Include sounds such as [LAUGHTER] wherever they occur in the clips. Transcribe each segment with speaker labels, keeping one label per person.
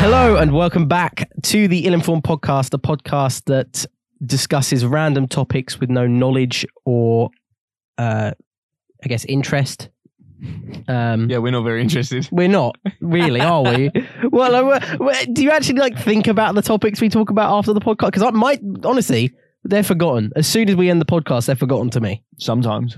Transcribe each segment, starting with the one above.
Speaker 1: Hello and welcome back to the Ill Informed Podcast, the podcast that discusses random topics with no knowledge or, uh, I guess, interest. Um,
Speaker 2: Yeah, we're not very [LAUGHS] interested.
Speaker 1: We're not really, are
Speaker 2: [LAUGHS]
Speaker 1: we? well, uh, we're- we're- do you actually like think about the topics we talk about after the podcast? Because I might honestly, they're forgotten. As soon as we end the podcast, they're forgotten to me.
Speaker 2: Sometimes.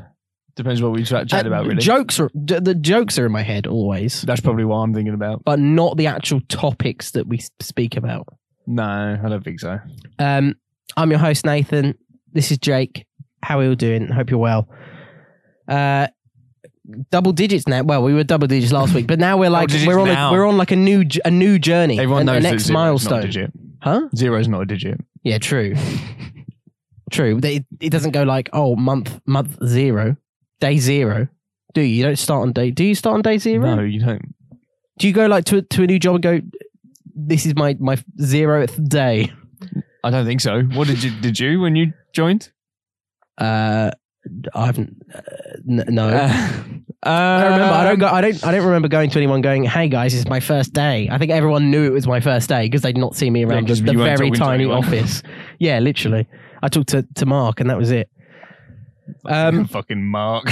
Speaker 2: Depends what we tra- chat
Speaker 1: Uh,
Speaker 2: about, really.
Speaker 1: Jokes are d- the jokes are in my head always,
Speaker 2: That's probably what I'm thinking about.
Speaker 1: but not the actual topics that we s- speak about.
Speaker 2: No, I don't think so.
Speaker 1: Um, I'm your host, Nathan. This is Jake. How are you all doing? Hope you're well. Uh, double digits now. Well, we were double digits last week, but now
Speaker 2: [LAUGHS]
Speaker 1: we're like
Speaker 2: digits
Speaker 1: we're on
Speaker 2: now.
Speaker 1: a, we're on like a new j- a new journey.
Speaker 2: Everyone
Speaker 1: a,
Speaker 2: knows
Speaker 1: a
Speaker 2: that
Speaker 1: next
Speaker 2: zero
Speaker 1: milestone,
Speaker 2: is not a digit.
Speaker 1: huh?
Speaker 2: Zero is not a digit.
Speaker 1: Yeah,
Speaker 2: [LAUGHS]
Speaker 1: true, true. They- It, doesn't go like oh month month zero, day zero. Do you? You don't start on day. Do you start on day zero?
Speaker 2: No, you don't.
Speaker 1: Do you go like to to a new job and go? This is my my zeroth day.
Speaker 2: I don't think so. What did you did you when you joined?
Speaker 1: Uh, I haven't. [LAUGHS] Uh, n-
Speaker 2: [LAUGHS]
Speaker 1: no. I
Speaker 2: I
Speaker 1: don't remember. I don't. Go, I don't. I don't remember going to anyone going, "Hey guys, it's my first day." I think everyone knew it was my first day because they'd not seen me around
Speaker 2: 'cause
Speaker 1: the, the
Speaker 2: you weren't
Speaker 1: very
Speaker 2: talking to
Speaker 1: tiny
Speaker 2: anyone. [LAUGHS]
Speaker 1: office. yeah, literally. I talked to, to Mark, and that was it. [LAUGHS] Um,
Speaker 2: [LAUGHS] fucking Mark.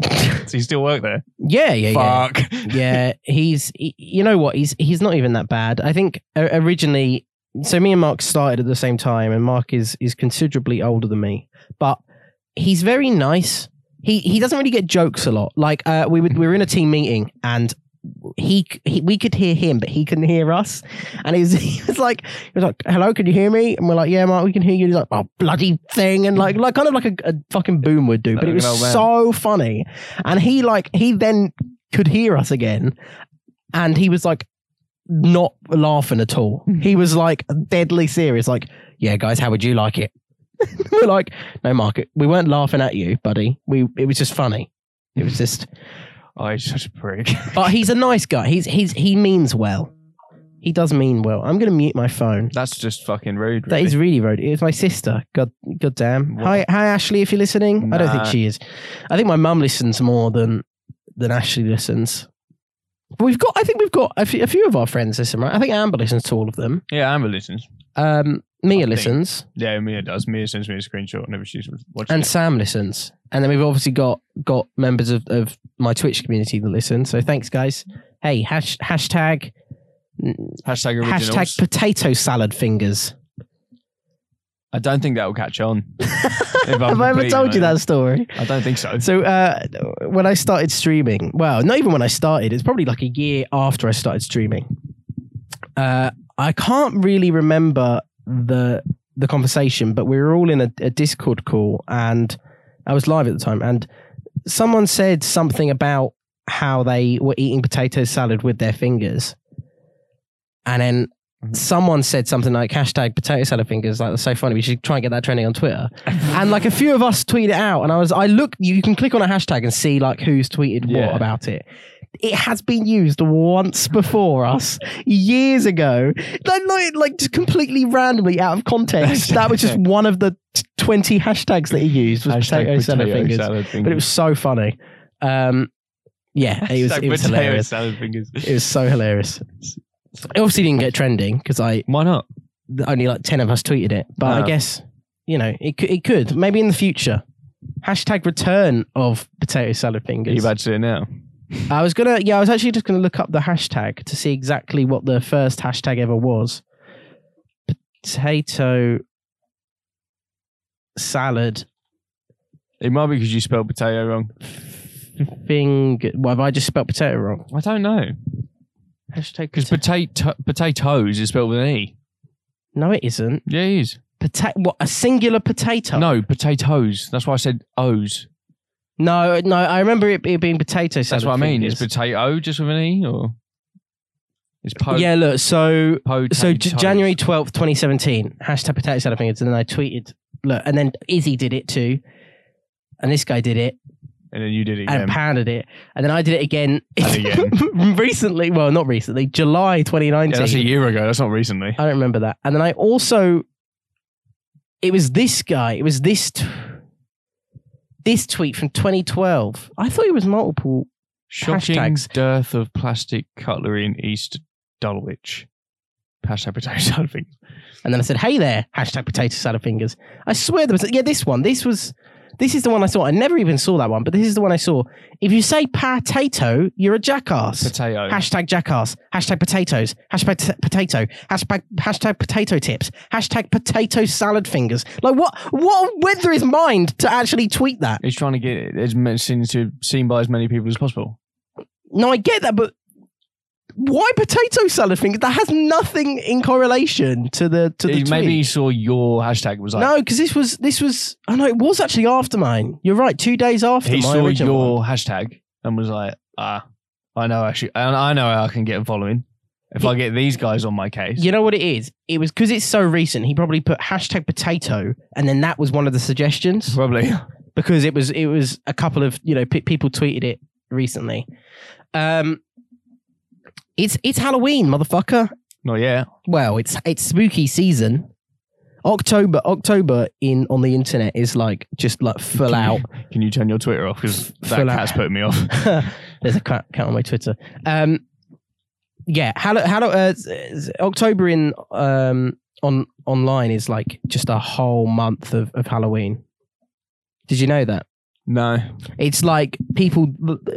Speaker 2: Does he still work there?
Speaker 1: yeah, yeah, yeah.
Speaker 2: Fuck. [LAUGHS]
Speaker 1: yeah, he's. he- you know what? He's he's not even that bad. I think uh, originally. So me and Mark started at the same time, and Mark is is considerably older than me, but he's very nice. He he doesn't really get jokes a lot. Like uh, we would we were in a team meeting and. He, he we could hear him but he couldn't hear us and he was, [LAUGHS] he was like he was like hello can you hear me and we're like yeah Mark we can hear you he's like oh bloody thing and like like kind of like a, a fucking boom would do but it
Speaker 2: Like
Speaker 1: was
Speaker 2: an old man.
Speaker 1: so funny and he like he then could hear us again and he was like not laughing at all he was like deadly serious like yeah guys how would you like it [LAUGHS] we're like no mark it- we weren't laughing at you buddy we it was just funny it was just
Speaker 2: Oh, he's such a prick. [LAUGHS]
Speaker 1: but he's a nice guy he's he's he means well he does mean well i'm gonna mute my phone
Speaker 2: That's just fucking rude.
Speaker 1: that is really rude. It's my sister. God, god damn.
Speaker 2: What?
Speaker 1: Hi, hi, Ashley. If you're listening, I don't think
Speaker 2: Nah.
Speaker 1: she is. I think my mum listens more than than Ashley listens. But we've got. I think we've got a few, a few of our friends listen. Right. I think Amber listens to all of them.
Speaker 2: Yeah, Amber listens.
Speaker 1: Um,
Speaker 2: I
Speaker 1: Mia
Speaker 2: think.
Speaker 1: listens
Speaker 2: Yeah, Mia does. Mia sends me a screenshot whenever she's watching.
Speaker 1: and
Speaker 2: it.
Speaker 1: Sam listens, and then we've obviously got got members of, of my Twitch community that listen. So thanks, guys. Hey, hash, hashtag
Speaker 2: hashtag originals.
Speaker 1: hashtag potato salad fingers.
Speaker 2: I don't think that will catch on. If
Speaker 1: [LAUGHS]
Speaker 2: I'm
Speaker 1: Have I ever
Speaker 2: completely
Speaker 1: told you that story?
Speaker 2: honest. I don't think so.
Speaker 1: So uh, when I started streaming, well, not even when I started, it's probably like a year after I started streaming. Uh, I can't really remember the the conversation, but we were all in a, a Discord call, and I was live at the time, and someone said something about how they were eating potato salad with their fingers, and then.
Speaker 2: Mm-hmm.
Speaker 1: Someone said something like hashtag potato salad fingers, like that's so funny. We should try and get that trending on
Speaker 2: [LAUGHS]
Speaker 1: Twitter and like a few of us tweeted it out and i was i look you can click on a hashtag and see like who's tweeted what
Speaker 2: Yeah.
Speaker 1: about it it has been used once before us years ago like like, like just completely randomly out of
Speaker 2: [LAUGHS]
Speaker 1: context that was just one of the t- 20 hashtags that he used was
Speaker 2: Hashtag
Speaker 1: potato, salad
Speaker 2: potato
Speaker 1: fingers
Speaker 2: salad fingers.
Speaker 1: but it was so funny um yeah
Speaker 2: [LAUGHS]
Speaker 1: [LAUGHS] it was,
Speaker 2: Hashtag
Speaker 1: it was
Speaker 2: potato
Speaker 1: hilarious
Speaker 2: salad fingers.
Speaker 1: it was so hilarious it obviously didn't get trending because i
Speaker 2: [LAUGHS] Why not?
Speaker 1: that only like 10 of us tweeted it but i
Speaker 2: Ah.
Speaker 1: guess you know it, cou- it could maybe in the future hashtag return of potato salad
Speaker 2: Are you
Speaker 1: fingers
Speaker 2: about to do it now?
Speaker 1: i was gonna yeah i was actually just gonna look up the hashtag to see exactly what the first hashtag ever was potato salad
Speaker 2: It might be because you spelled potato wrong.
Speaker 1: finger well have i just spelt potato wrong
Speaker 2: I don't know.
Speaker 1: hashtag
Speaker 2: Because potato potatoes is spelled with an E.
Speaker 1: no it isn't
Speaker 2: Yeah, it is.
Speaker 1: potato what a singular potato
Speaker 2: No, potatoes. That's why I said O's.
Speaker 1: no no i remember it, it being potato salad
Speaker 2: That's what I mean.
Speaker 1: fingers.
Speaker 2: Is potato just with an E or? It's po-
Speaker 1: yeah look so
Speaker 2: potatoes.
Speaker 1: So j- January 12th, 2017, hashtag potato salad fingers. And then I tweeted, look, and then Izzy did it too. And this guy did it
Speaker 2: And then you did it
Speaker 1: and
Speaker 2: again.
Speaker 1: pounded it. And then I did it again,
Speaker 2: And
Speaker 1: [LAUGHS]
Speaker 2: again.
Speaker 1: recently. Well, not recently, July
Speaker 2: yeah,
Speaker 1: 2019.
Speaker 2: that's a year ago. That's not recently.
Speaker 1: I don't remember that. And then I also, it was this guy, it was this, t- this tweet from 2012. I thought it was multiple
Speaker 2: Shocking
Speaker 1: hashtags.
Speaker 2: dearth of plastic cutlery in East Dulwich. Hashtag potato [LAUGHS] salad fingers.
Speaker 1: And then I said, "Hey there!" Hashtag potato salad fingers. I swear there was yeah this one. This was this is the one I saw. I never even saw that one, but this is the one I saw. If you say potato, you're a jackass.
Speaker 2: Potato.
Speaker 1: Hashtag jackass. Hashtag potatoes. Hashtag pot- potato. Hashtag hashtag potato tips. Hashtag potato salad fingers. Like what? What went through his mind to actually tweet that?
Speaker 2: He's trying to get it as many seen to seen by as many people as possible.
Speaker 1: No, I get that, but why potato salad fingers? That has nothing in correlation to the to the
Speaker 2: He-
Speaker 1: tweet.
Speaker 2: Maybe he saw your hashtag was like
Speaker 1: no, because this was this was. Oh no, it was actually after mine. You're right. Two days after my
Speaker 2: he saw
Speaker 1: original
Speaker 2: your
Speaker 1: one.
Speaker 2: hashtag and was like, ah, I know actually, I I know how I can get a following if I get these guys on my case.
Speaker 1: You know what it is? It was because it's so recent. He probably put hashtag potato, and then that was one of the suggestions
Speaker 2: Probably. [LAUGHS]
Speaker 1: because it was it was a couple of you know pe people tweeted it recently. Um, it's it's Halloween, motherfucker.
Speaker 2: Not yet.
Speaker 1: well, it's it's spooky season. October, October in on the internet is like just like full
Speaker 2: [LAUGHS]
Speaker 1: out. [LAUGHS]
Speaker 2: Can you turn your Twitter off? Because that
Speaker 1: Full out.
Speaker 2: cat's putting me off.
Speaker 1: There's a cat, cat on my Twitter. Um, yeah, how how uh, s- s- October in um on online is like just a whole month of, of Halloween. Did you know that?
Speaker 2: No.
Speaker 1: It's like people,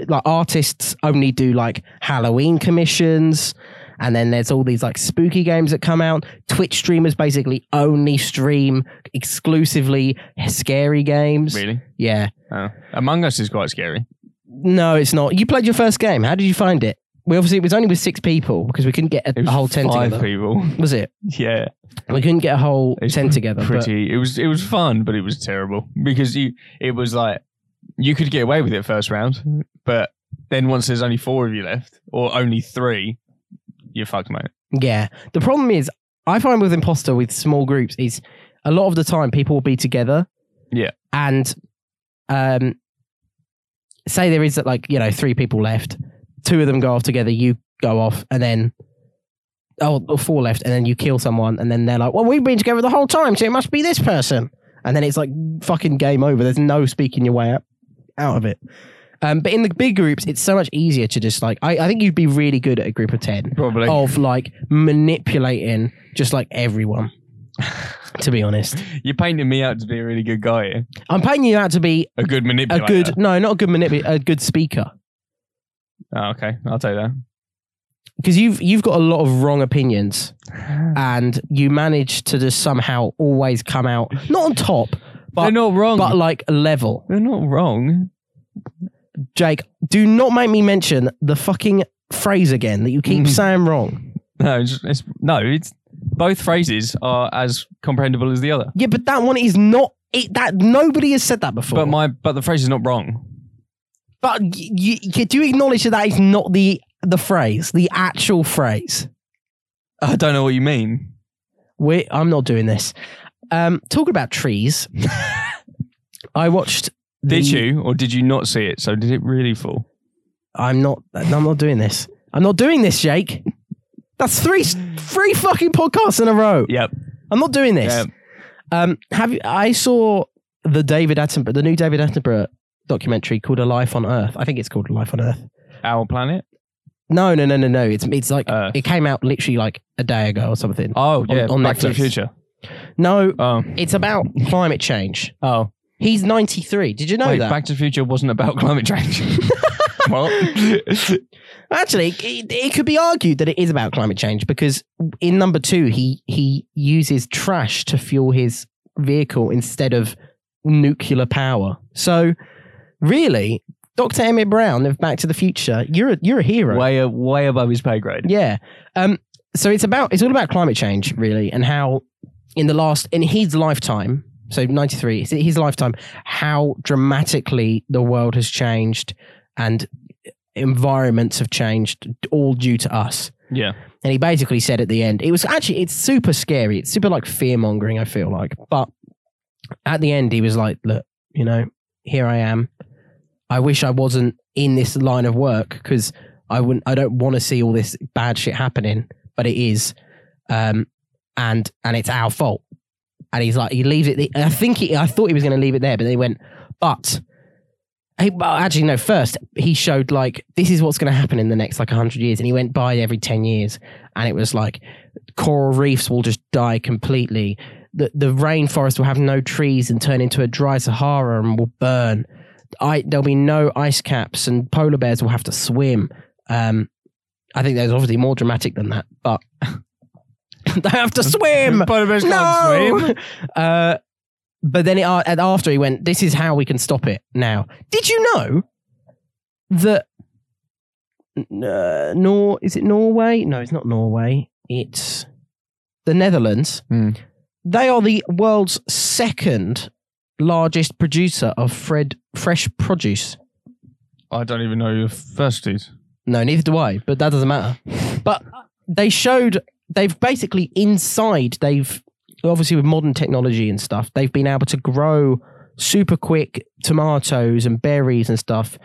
Speaker 1: like artists, only do like Halloween commissions, and then there's all these like spooky games that come out. Twitch streamers basically only stream exclusively scary games.
Speaker 2: Really?
Speaker 1: Yeah.
Speaker 2: Oh. Among Us is quite scary.
Speaker 1: No, it's not. You played your first game. How did you find it? We obviously it was only with six people because we couldn't get
Speaker 2: It
Speaker 1: a,
Speaker 2: was
Speaker 1: a whole ten
Speaker 2: five
Speaker 1: together.
Speaker 2: people. [LAUGHS]
Speaker 1: Was it?
Speaker 2: yeah.
Speaker 1: We couldn't get a whole
Speaker 2: It's
Speaker 1: ten together. but-
Speaker 2: Pretty. It was. It was fun, but it was terrible because you. It was like you could get away with it first round, but then once there's only four of you left, or only three, you're fucked, mate.
Speaker 1: Yeah. The problem is, I find with imposter with small groups is a lot of the time people will be together.
Speaker 2: Yeah.
Speaker 1: And um say there is like, you know, three people left, two of them go off together, you go off, and then oh or four left, and then you kill someone, and then they're like, Well, we've been together the whole time, so it must be this person. And then it's like fucking game over. There's no speaking your way out, out of it. Um, but in the big groups, it's so much easier to just like I, I think you'd be really good at a group of ten
Speaker 2: Probably.
Speaker 1: of like manipulating just like everyone. to be honest,
Speaker 2: You're painting me out to be a really good guy, here.
Speaker 1: I'm painting you out to be
Speaker 2: a good
Speaker 1: a
Speaker 2: manipulator.
Speaker 1: good no, not a good manipulator, a good speaker
Speaker 2: Oh, okay, I'll take that.
Speaker 1: because you've you've got a lot of wrong opinions
Speaker 2: [SIGHS]
Speaker 1: and you manage to just somehow always come out not on top
Speaker 2: They're
Speaker 1: but
Speaker 2: not wrong.
Speaker 1: but like level.
Speaker 2: They're not wrong.
Speaker 1: Jake, do not make me mention the fucking phrase again that you keep
Speaker 2: Mhm.
Speaker 1: saying wrong.
Speaker 2: No, it's, it's no. It's both phrases are as comprehensible as the other.
Speaker 1: Yeah, but that one is not it. That nobody has said that before.
Speaker 2: But my but the phrase is not wrong.
Speaker 1: But you, you do acknowledge that that is not the the phrase, the actual phrase.
Speaker 2: I don't know what you mean.
Speaker 1: We, I'm not doing this. Um, talking about trees, [LAUGHS] I watched. The,
Speaker 2: Did you or did you not see it? So did it really fall?
Speaker 1: I'm not. I'm not doing this. I'm not doing this, Jake. That's three three fucking podcasts in a row.
Speaker 2: Yep.
Speaker 1: I'm not doing this.
Speaker 2: Yep.
Speaker 1: Um, have you, I saw the David Attenborough, the new David Attenborough documentary called A Life on Earth. I think it's called A Life on Earth.
Speaker 2: Our planet.
Speaker 1: No, no, no, no, no. It's it's like
Speaker 2: Earth.
Speaker 1: it came out literally like a day ago or something.
Speaker 2: Oh yeah.
Speaker 1: on
Speaker 2: Back to the
Speaker 1: Netflix.
Speaker 2: Future.
Speaker 1: No,
Speaker 2: Oh.
Speaker 1: it's about climate change.
Speaker 2: Oh.
Speaker 1: He's 93. Did you know
Speaker 2: Wait.
Speaker 1: that?
Speaker 2: Back to the Future wasn't about [LAUGHS] climate change. [LAUGHS] well.
Speaker 1: Actually, it, it could be argued that it is about climate change because in number two, he he uses trash to fuel his vehicle instead of nuclear power. So, really, Dr. Emmett Brown of Back to the Future, you're a, you're a hero.
Speaker 2: Way a- way above his pay grade.
Speaker 1: Yeah. Um, so it's about it's all about climate change, really, and how in the last in his lifetime, so ninety three, his lifetime, how dramatically the world has changed and environments have changed, all due to us.
Speaker 2: Yeah.
Speaker 1: And he basically said at the end, it was actually it's super scary. It's super like fear mongering. I feel like, but at the end, he was like, "Look, you know, here I am. I wish I wasn't in this line of work because I wouldn't. I don't want to see all this bad shit happening, but it is, um, and and it's our fault." And he's like, he leaves it. I think he, I thought he was going to leave it there, but then he went, but. He, well, actually, no. First, he showed like this is what's going to happen in the next like hundred years, and he went by every ten years, and it was like coral reefs will just die completely. The the rainforest will have no trees and turn into a dry Sahara and will burn. I there'll be no ice caps and polar bears will have to swim. Um, I think there's obviously more dramatic than that, but [LAUGHS] they have to swim.
Speaker 2: Polar bears can't swim.
Speaker 1: No. [LAUGHS] Uh, but then it, a- and after he went, this is how we can stop it now. Did you know that uh, Nor is it Norway? No, it's not Norway. It's the Netherlands.
Speaker 2: Hmm.
Speaker 1: They are the world's second largest producer of Fred fresh produce.
Speaker 2: I don't even know your first is.
Speaker 1: No, neither do I, but that doesn't matter. But they showed they've basically inside they've obviously with modern technology and stuff, they've been able to grow super quick tomatoes and berries and stuff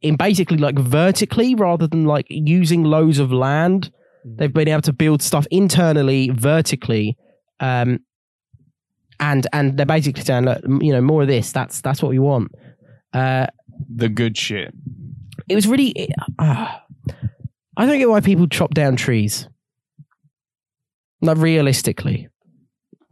Speaker 1: in basically like vertically rather than like using loads of land. They've been able to build stuff internally vertically. Um and and they're basically saying, look, m- you know, more of this. That's that's what we want. Uh
Speaker 2: The good shit.
Speaker 1: it was really. It, ah. I don't get why people chop down trees. Like realistically,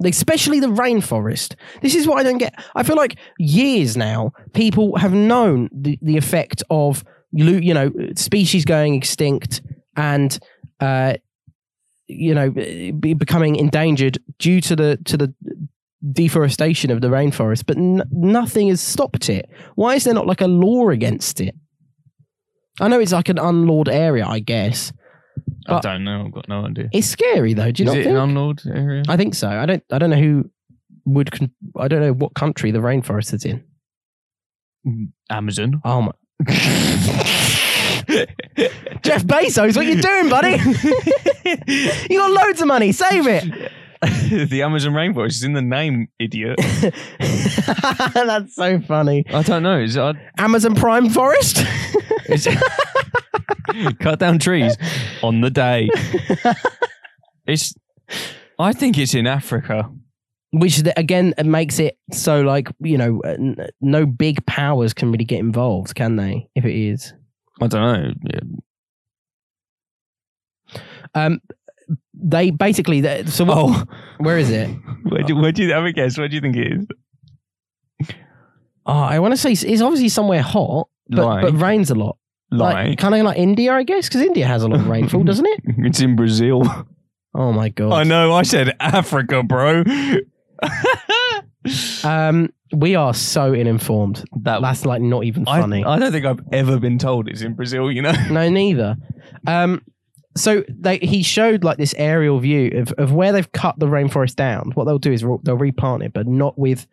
Speaker 1: especially the rainforest. This is what I don't get. I feel like years now, people have known the, the effect of lo- you know species going extinct and uh, you know be becoming endangered due to the to the deforestation of the rainforest, but n- nothing has stopped it. Why is there not like a law against it? I know it's like an unlawed area, I guess.
Speaker 2: I
Speaker 1: But-
Speaker 2: don't know. I've got no idea.
Speaker 1: It's scary though. Do you
Speaker 2: is
Speaker 1: not
Speaker 2: it
Speaker 1: think?
Speaker 2: an unlawed area?
Speaker 1: I think so. I don't. I don't know who would. Con- I don't know what country the rainforest is in.
Speaker 2: [LAUGHS] Amazon.
Speaker 1: Oh my. Jeff Bezos, what you doing, buddy? [LAUGHS] you got loads of money. Save it.
Speaker 2: the Amazon rainforest is in the name, idiot.
Speaker 1: [LAUGHS] That's so funny.
Speaker 2: I don't know. Is it,
Speaker 1: Amazon Prime Forest.
Speaker 2: is [LAUGHS] it- cut down trees on the [LAUGHS] day? It's. I think it's in Africa.
Speaker 1: which th- again it makes it so like you know uh, n- no big powers can really get involved can they if it is
Speaker 2: I don't know. Yeah.
Speaker 1: um they basically they- so what,
Speaker 2: Oh.
Speaker 1: where is it
Speaker 2: Where do, where do you have a guess? Where do you think it is?
Speaker 1: oh i want to say it's- it's obviously somewhere hot but, but
Speaker 2: Like.
Speaker 1: rains a lot
Speaker 2: Like,
Speaker 1: kind of like india i guess because india has a lot of
Speaker 2: [LAUGHS]
Speaker 1: rainfall doesn't it
Speaker 2: it's in Brazil.
Speaker 1: oh my god
Speaker 2: [LAUGHS] I know. I said Africa, [LAUGHS] bro.
Speaker 1: um we are so uninformed
Speaker 2: that
Speaker 1: that's like not even
Speaker 2: I,
Speaker 1: funny
Speaker 2: I don't think I've ever been told it's in Brazil. You know,
Speaker 1: no, neither. Um, so they, he showed like this aerial view of, of where they've cut the rainforest down. What they'll do is re- they'll replant it, but not with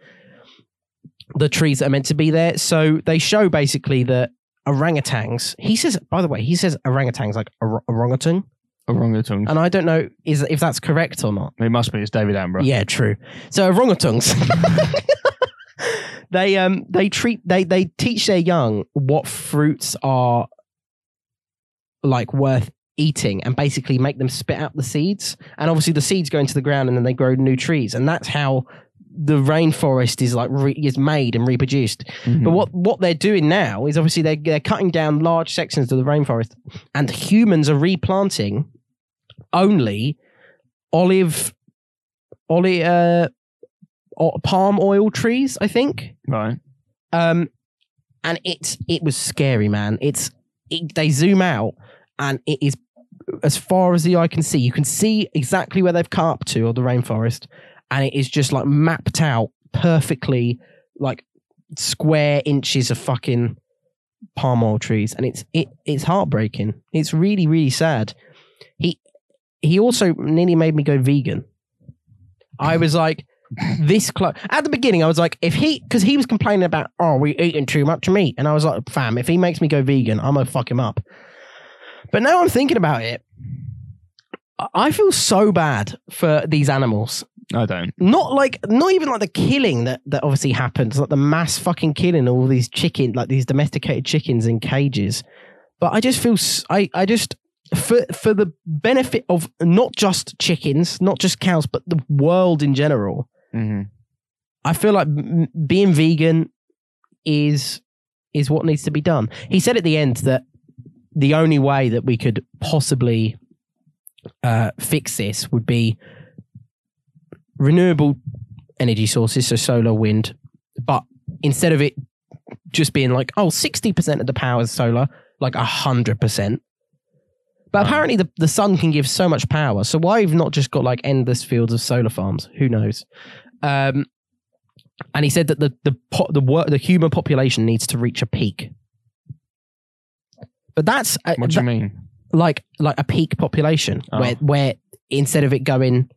Speaker 1: the trees that are meant to be there. So they show basically that orangutans. He says, by the way, he says orangutans like or- orangutan,
Speaker 2: [LAUGHS] orangutan.
Speaker 1: and I don't know is if that's correct or not.
Speaker 2: It must be. It's David Amber.
Speaker 1: Yeah, true. So orangutans. [LAUGHS] they um they treat they they teach their young what fruits are like worth eating and basically make them spit out the seeds and obviously the seeds go into the ground and then they grow new trees and that's how the rainforest is like re- is made and reproduced
Speaker 2: Mm-hmm.
Speaker 1: but what, what they're doing now is obviously they're, they're cutting down large sections of the rainforest, and humans are replanting only olive, olive, uh, o- palm oil trees, I think.
Speaker 2: Right.
Speaker 1: Um, and it's it was scary, man. It's it, they zoom out, and it is as far as the eye can see. You can see exactly where they've cut up to, or the rainforest, and it is just like mapped out perfectly, like square inches of fucking palm oil trees, and it's it it's heartbreaking. It's really really sad. He he also nearly made me go vegan. I was like this close at the beginning. I was like, if he because he was complaining about oh we eating too much meat, and I was like, fam, if he makes me go vegan, I'm gonna fuck him up. But now I'm thinking about it. I- I feel so bad for these animals
Speaker 2: I don't.
Speaker 1: not like not even like the killing that that obviously happens like the mass fucking killing of all these chicken like these domesticated chickens in cages but i just feel s- i I just for for the benefit of not just chickens not just cows but the world in general
Speaker 2: Mm-hmm.
Speaker 1: i feel like m- being vegan is is what needs to be done he said at the end that the only way that we could possibly uh, fix this would be renewable energy sources, so solar, wind, but instead of it just being like, oh, 60% of the power is solar, like 100%. But
Speaker 2: Right.
Speaker 1: apparently the, the sun can give so much power. So why have not just got like endless fields of solar farms? Who knows? Um, and he said that the the po- the wor- the human population needs to reach a peak. But that's uh,
Speaker 2: What do you mean?
Speaker 1: like like a peak population
Speaker 2: Oh.
Speaker 1: where where instead of it going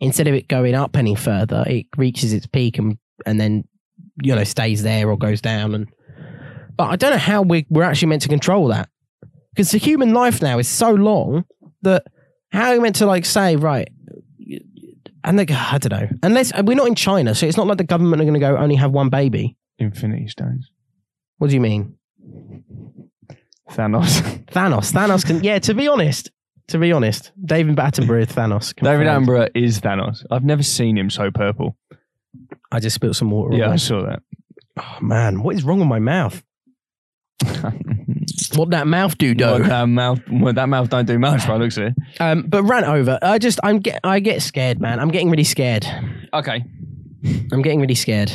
Speaker 1: instead of it going up any further it reaches its peak and and then you know stays there or goes down and but i don't know how we, we're actually meant to control that because the human life now is so long that how are you meant to like say right and like i don't know unless we're not in china so it's not like the government are going to go only have one baby
Speaker 2: Infinity Stones.
Speaker 1: what do you mean
Speaker 2: Thanos.
Speaker 1: thanos thanos can yeah to be honest to be honest david attenborough is thanos
Speaker 2: David
Speaker 1: Confirmed.
Speaker 2: Attenborough is Thanos. I've never seen him so purple.
Speaker 1: I just spilled some water.
Speaker 2: Yeah,
Speaker 1: Yeah.
Speaker 2: I saw
Speaker 1: [LAUGHS]
Speaker 2: that.
Speaker 1: Oh man, what is wrong with my mouth? What that mouth do
Speaker 2: Well,
Speaker 1: do?
Speaker 2: that mouth, well, that mouth don't do much by the looks of it.
Speaker 1: Um, but ran over. I just I'm get I get scared, man. I'm getting really scared.
Speaker 2: Okay.
Speaker 1: I'm getting really scared.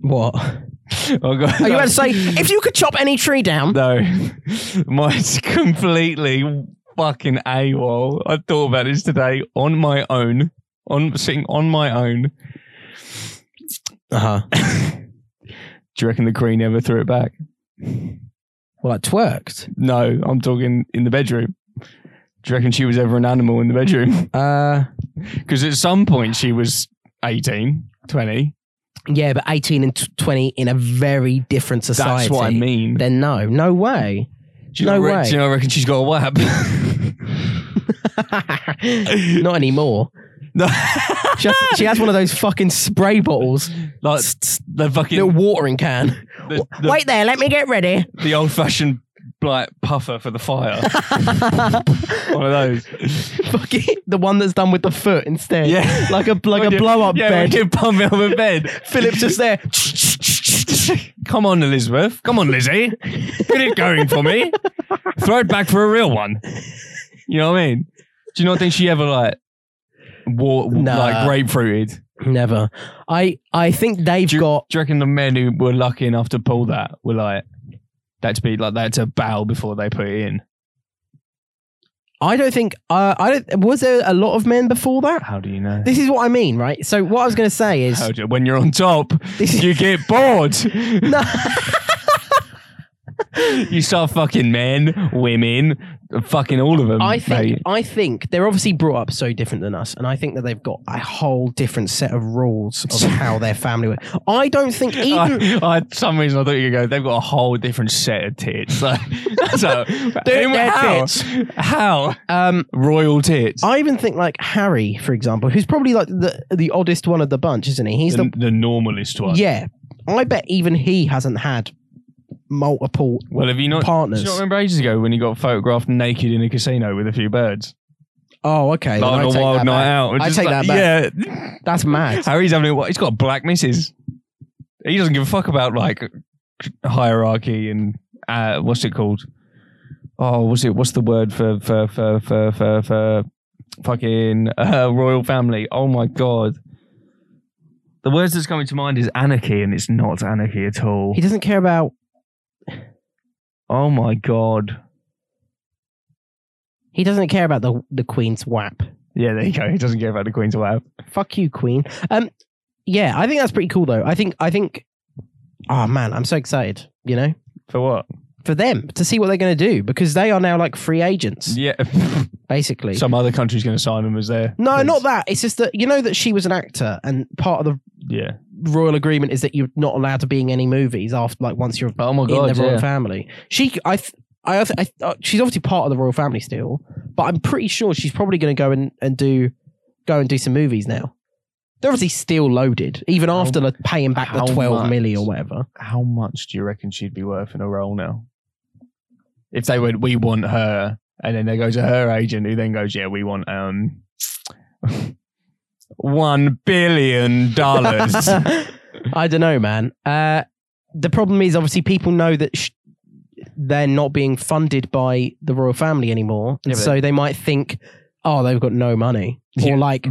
Speaker 1: What?
Speaker 2: [LAUGHS] Oh, God.
Speaker 1: Are you about to say if you could chop any tree down?
Speaker 2: No, [LAUGHS] mine's completely fucking AWOL. I thought about this today on my own, on sitting on my own.
Speaker 1: Uh huh.
Speaker 2: Do you reckon the Queen ever threw it back?
Speaker 1: Well, it twerked.
Speaker 2: No, I'm talking in the bedroom. Do you reckon she was ever an animal in the bedroom? [LAUGHS]
Speaker 1: Uh,
Speaker 2: Because at some point she was 18, 20.
Speaker 1: yeah, but 18 and tw- 20 in a very different society.
Speaker 2: That's what I mean.
Speaker 1: Then no, no [LAUGHS] way.
Speaker 2: Do you know
Speaker 1: no
Speaker 2: I re-
Speaker 1: way.
Speaker 2: Do you know I reckon she's got
Speaker 1: [LAUGHS]
Speaker 2: a wab?
Speaker 1: Not anymore.
Speaker 2: no. [LAUGHS]
Speaker 1: She has, she has one of those fucking spray bottles,
Speaker 2: like the
Speaker 1: little
Speaker 2: fucking
Speaker 1: watering can.
Speaker 2: the, the,
Speaker 1: Wait there, let me get ready.
Speaker 2: the old fashioned like puffer for the fire. One of those.
Speaker 1: [LAUGHS] Fucking the one that's done with the foot instead.
Speaker 2: Yeah.
Speaker 1: Like a like
Speaker 2: When
Speaker 1: a
Speaker 2: you-
Speaker 1: blow up
Speaker 2: yeah,
Speaker 1: [LAUGHS]
Speaker 2: when
Speaker 1: bed.
Speaker 2: you pump it up
Speaker 1: [LAUGHS]
Speaker 2: a bed.
Speaker 1: Philip's just there.
Speaker 2: [LAUGHS] Come on, Elizabeth. Come on, Lizzie. Get it going for me. Throw it back for a real one. You know what I mean? Do you not think she ever like war
Speaker 1: Nah.
Speaker 2: like grapefruited?
Speaker 1: Never. I I think they've
Speaker 2: Do you,
Speaker 1: got
Speaker 2: do you reckon the men who were lucky enough to pull that were like that to be like that to bow before they put it in?
Speaker 1: I don't think uh, I don't was there a lot of men before that?
Speaker 2: How do you know?
Speaker 1: This is what I mean, right? So what I was gonna say is
Speaker 2: How do you- when you're on top,
Speaker 1: This is-
Speaker 2: you get bored.
Speaker 1: [LAUGHS] No.
Speaker 2: [LAUGHS] you start fucking men, women, fucking all of them.
Speaker 1: I think
Speaker 2: mate.
Speaker 1: I think they're obviously brought up so different than us, and I think that they've got a whole different set of rules of
Speaker 2: [LAUGHS]
Speaker 1: how their family would. I don't think even
Speaker 2: I, [LAUGHS] I, for some reason, I thought you go. They've got a whole different set of tits. [LAUGHS] Like, so,
Speaker 1: they're
Speaker 2: how?
Speaker 1: tits.
Speaker 2: How?
Speaker 1: um,
Speaker 2: Royal tits.
Speaker 1: I even think like Harry, for example, who's probably like the the oddest one of the bunch, isn't he? He's
Speaker 2: the,
Speaker 1: the,
Speaker 2: the normalist one.
Speaker 1: yeah. I bet even he hasn't had multiple
Speaker 2: Well, have you not? Do
Speaker 1: partners.
Speaker 2: you not remember ages ago when he got photographed naked in a casino with a few birds?
Speaker 1: oh, okay. then
Speaker 2: Like
Speaker 1: I
Speaker 2: on a
Speaker 1: take
Speaker 2: wild
Speaker 1: that
Speaker 2: night
Speaker 1: back.
Speaker 2: out.
Speaker 1: I
Speaker 2: Just
Speaker 1: take
Speaker 2: like,
Speaker 1: that back.
Speaker 2: Yeah.
Speaker 1: That's mad.
Speaker 2: Harry's having it. He's got a black missus. He doesn't give a fuck about like hierarchy and uh, what's it called? Oh, what's it? What's the word for for for for for, for fucking [LAUGHS] uh, royal family? Oh my god! The words that's coming to mind is anarchy, and it's not anarchy at all.
Speaker 1: He doesn't care about.
Speaker 2: Oh my god!
Speaker 1: He doesn't care about the the Queen's WAP.
Speaker 2: Yeah, there you go. He doesn't care about the Queen's lab.
Speaker 1: Fuck you, Queen. Um, yeah, I think that's pretty cool though. I think I think. Oh man, I'm so excited. You know,
Speaker 2: For what?
Speaker 1: for them to see what they're going to do because they are now like free agents,
Speaker 2: Yeah, [LAUGHS]
Speaker 1: basically.
Speaker 2: some other country's going to sign him as their.
Speaker 1: no,
Speaker 2: prince.
Speaker 1: not that. It's just that you know that she was an actor, and part of the
Speaker 2: Yeah.
Speaker 1: royal agreement is that you're not allowed to be in any movies after like once you're
Speaker 2: Oh my
Speaker 1: in
Speaker 2: god!
Speaker 1: the royal
Speaker 2: Yeah.
Speaker 1: family. She, I, th- I, I, th- I, uh, she's obviously part of the royal family still, but I'm pretty sure she's probably going to go and, and do go and do some movies now. They're obviously still loaded, even
Speaker 2: How-
Speaker 1: after like, paying back the
Speaker 2: how
Speaker 1: twelve milli or
Speaker 2: much? [LAUGHS]
Speaker 1: whatever.
Speaker 2: how much do you reckon she'd be worth in a role now? If they went, we want her, and then they go to her agent, who then goes, yeah, we want um [LAUGHS] one
Speaker 1: [LAUGHS]
Speaker 2: billion dollars.
Speaker 1: I don't know, man. Uh, the problem is obviously people know that sh- they're not being funded by the royal family anymore. And
Speaker 2: Yeah, but-
Speaker 1: so they might think, oh, they've got no money.
Speaker 2: Yeah.
Speaker 1: Or
Speaker 2: [LAUGHS]
Speaker 1: like,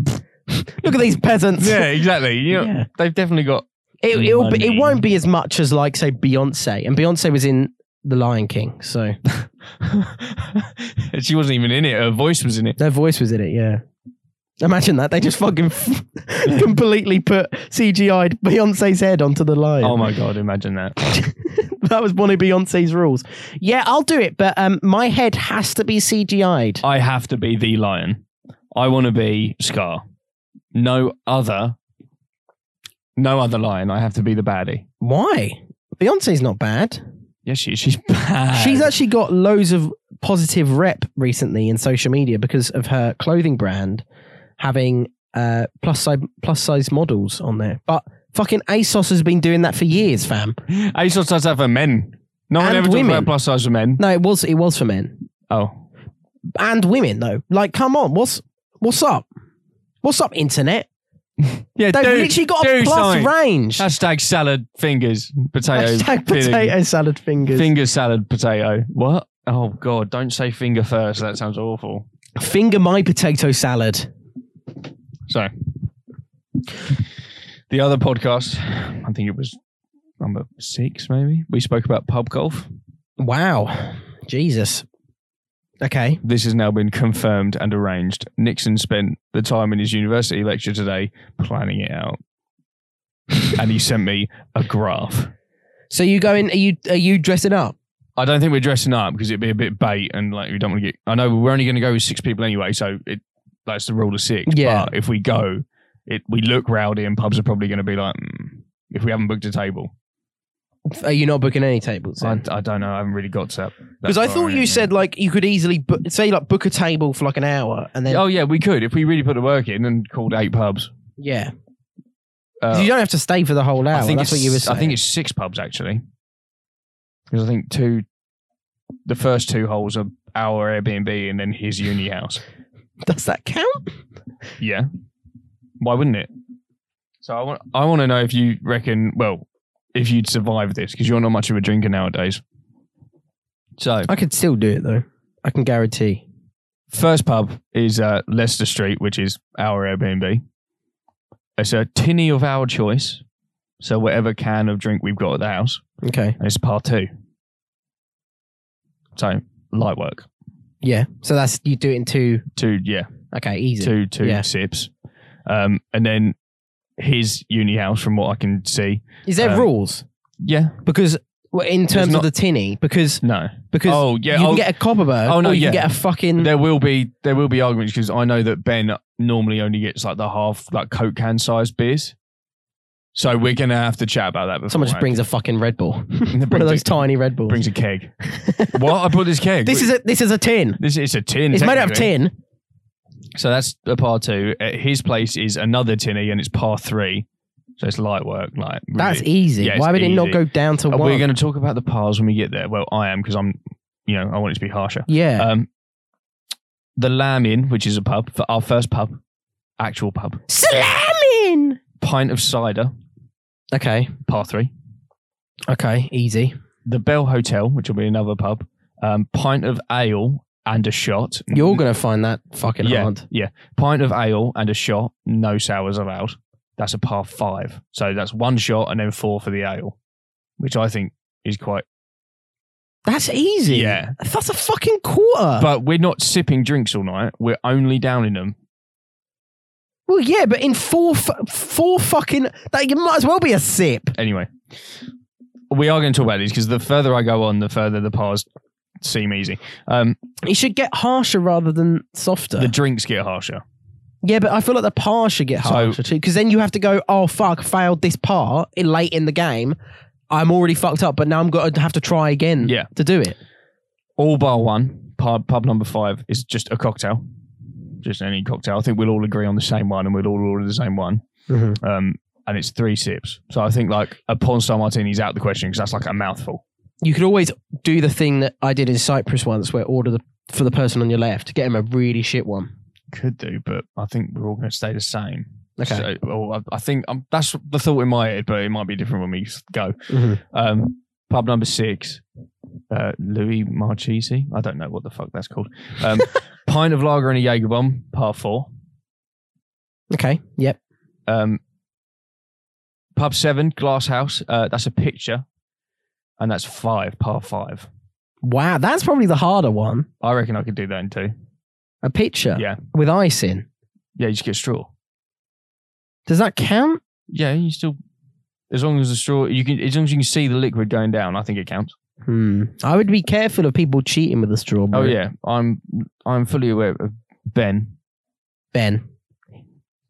Speaker 1: look at these peasants.
Speaker 2: yeah, exactly. You know,
Speaker 1: Yeah.
Speaker 2: They've definitely got. [LAUGHS]
Speaker 1: It, it'll be, it
Speaker 2: Money.
Speaker 1: won't be as much as like, say, Beyonce. And Beyonce was in The Lion King.
Speaker 2: [LAUGHS]
Speaker 1: So
Speaker 2: she wasn't even in it. Her voice was in it.
Speaker 1: their voice was in it. Yeah. Imagine that. They just fucking [LAUGHS] completely put CGI'd Beyonce's head onto the lion.
Speaker 2: Oh my god! Imagine that.
Speaker 1: [LAUGHS] that was one of Beyonce's rules. Yeah, I'll do it, but um, my head has to be CGI'd.
Speaker 2: I have to be the lion. I want to be Scar. No other. No other lion. I have to be the baddie.
Speaker 1: Why? Beyonce's not bad.
Speaker 2: Yes, she, she's [LAUGHS] bad.
Speaker 1: She's actually got loads of positive rep recently in social media because of her clothing brand having uh, plus size plus size models on there. But fucking ASOS has been doing that for years, fam.
Speaker 2: ASOS does that for men. No one
Speaker 1: And
Speaker 2: ever talks
Speaker 1: women.
Speaker 2: about plus size for men.
Speaker 1: No, it was it was for men
Speaker 2: Oh,
Speaker 1: and women though. Like, come on, what's what's up? What's up, internet?
Speaker 2: yeah.
Speaker 1: They've
Speaker 2: do-
Speaker 1: literally got
Speaker 2: do
Speaker 1: a plus
Speaker 2: something.
Speaker 1: range.
Speaker 2: Hashtag salad fingers potato.
Speaker 1: Hashtag
Speaker 2: feeling.
Speaker 1: potato salad fingers.
Speaker 2: Finger salad potato. What? Oh god! Don't say finger first. That sounds awful.
Speaker 1: Finger my potato salad.
Speaker 2: So, the other podcast, I think it was number six, maybe. We spoke about pub golf.
Speaker 1: Wow. Jesus. Okay.
Speaker 2: This has now been confirmed and arranged. Nixon spent the time in his university lecture today planning it out, and he sent me a graph.
Speaker 1: So you going are you are you dressing up?
Speaker 2: I don't think we're dressing up because it'd be a bit bait and like we don't want to get. I know we're only going to go with six people anyway, so it that's the rule of six.
Speaker 1: Yeah.
Speaker 2: But if we go, it we look rowdy and pubs are probably going to be like, mm, if we haven't booked a table,
Speaker 1: Are you Uh, not booking any tables?
Speaker 2: I, I don't know. I haven't really got to that. that
Speaker 1: Because I
Speaker 2: far
Speaker 1: thought
Speaker 2: in it
Speaker 1: you
Speaker 2: yet.
Speaker 1: said like you could easily book, say like book a table for like an hour and then
Speaker 2: Oh yeah, we could if we really put the work in and called eight pubs.
Speaker 1: yeah. 'Cause
Speaker 2: Uh,
Speaker 1: you don't have to stay for the whole hour.
Speaker 2: I think
Speaker 1: That's
Speaker 2: it's,
Speaker 1: what you were saying.
Speaker 2: I think it's six pubs actually, because I think two, the first two holes are our Airbnb and then his uni house.
Speaker 1: does that count?
Speaker 2: Yeah. Why wouldn't it? So I want I want to know if you reckon well if you'd survive this because you're not much of a drinker nowadays. So
Speaker 1: I could still do it though. I can guarantee.
Speaker 2: first pub is uh, Leicester Street, which is our Airbnb. It's a tinny of our choice, so whatever can of drink we've got at the house,
Speaker 1: Okay.
Speaker 2: and it's par two. So light work,
Speaker 1: Yeah. So that's you do it in two
Speaker 2: two yeah,
Speaker 1: okay, easy.
Speaker 2: two two
Speaker 1: Yeah.
Speaker 2: sips, um, and then his uni house from what I can see.
Speaker 1: Is there
Speaker 2: um,
Speaker 1: rules?
Speaker 2: Yeah,
Speaker 1: Because well, in terms
Speaker 2: not-
Speaker 1: of the tinny, because
Speaker 2: no,
Speaker 1: because
Speaker 2: oh yeah,
Speaker 1: you can
Speaker 2: oh,
Speaker 1: get a copperberg
Speaker 2: Oh, no,
Speaker 1: or you
Speaker 2: yeah.
Speaker 1: can get a fucking
Speaker 2: there will be there will be arguments because I know that Ben normally only gets like the half like coke can sized beers, so we're gonna have to chat about that. Before,
Speaker 1: Someone just
Speaker 2: [LAUGHS]
Speaker 1: brings a fucking Red Bull. [LAUGHS] One of those
Speaker 2: brings, a,
Speaker 1: tiny Red Bulls.
Speaker 2: brings a keg.
Speaker 1: [LAUGHS]
Speaker 2: what I brought this keg.
Speaker 1: this is a this is a tin.
Speaker 2: this it's a tin.
Speaker 1: It's made out of
Speaker 2: technically.
Speaker 1: tin.
Speaker 2: So that's a par two. At his place is another tinny and it's par three, so it's light work. Like really.
Speaker 1: That's easy.
Speaker 2: Yeah, it's
Speaker 1: Why would it not
Speaker 2: easy.
Speaker 1: go down to
Speaker 2: Uh,
Speaker 1: one?
Speaker 2: We're going to talk about the pars when we get there. Well, I am because I'm, you know, I want it to be harsher.
Speaker 1: yeah.
Speaker 2: Um, the Lamb Inn, which is a pub, for our first pub, actual pub.
Speaker 1: Slamming.
Speaker 2: Pint of cider,
Speaker 1: Okay.
Speaker 2: par three.
Speaker 1: Okay. Easy.
Speaker 2: The Bell Hotel, which will be another pub. Um, pint of ale and a shot.
Speaker 1: You're gonna find that fucking
Speaker 2: yeah,
Speaker 1: hard.
Speaker 2: Yeah. Pint of ale and a shot. No sours allowed. That's a par five. So that's one shot and then four for the ale, which I think is quite.
Speaker 1: That's easy.
Speaker 2: Yeah.
Speaker 1: That's a fucking quarter.
Speaker 2: But we're not sipping drinks all night. We're only downing them.
Speaker 1: well, yeah, but in four fu- four fucking that you might as well be a sip.
Speaker 2: anyway, we are going to talk about these because the further I go on, the further the pars seem easy. Um,
Speaker 1: It should get harsher rather than softer.
Speaker 2: the drinks get harsher.
Speaker 1: yeah, but I feel like the par should get
Speaker 2: So-
Speaker 1: harsher too, because then you have to go, oh fuck, failed this par in- late in the game. I'm already fucked up, but now I'm gonna have to try again
Speaker 2: Yeah.
Speaker 1: to do it.
Speaker 2: All bar one, pub, pub number five, is just a cocktail, just any cocktail. I think we'll all agree on the same one, and we'll all order the same one. Um, and it's three sips. So I think like a porn star martini's out the question because that's like a mouthful.
Speaker 1: You could always do the thing that I did in Cyprus once, where order the, for the person on your left, get him a really shit one.
Speaker 2: Could do, but I think we're all going to stay the same.
Speaker 1: Okay.
Speaker 2: So, well, I, I think um, that's the thought in my head, but it might be different when we go. Um, pub number six, uh, Louis Marchese. I don't know what the fuck that's called. Um, [LAUGHS] pint of lager and a Jaeger bomb, par four.
Speaker 1: Okay. Yep.
Speaker 2: Um, pub seven, glass house. Uh, that's a picture, and that's five, par five.
Speaker 1: Wow. That's probably the harder one.
Speaker 2: I reckon I could do that in two.
Speaker 1: A picture
Speaker 2: Yeah.
Speaker 1: with ice in.
Speaker 2: Yeah, you just get straw.
Speaker 1: Does that count?
Speaker 2: Yeah, you still, as long as the straw, you can, as long as you can see the liquid going down, I think it counts.
Speaker 1: Hmm. I would be careful of people cheating with a
Speaker 2: Oh
Speaker 1: strawberry.
Speaker 2: yeah, I'm, I'm fully aware of Ben.
Speaker 1: Ben.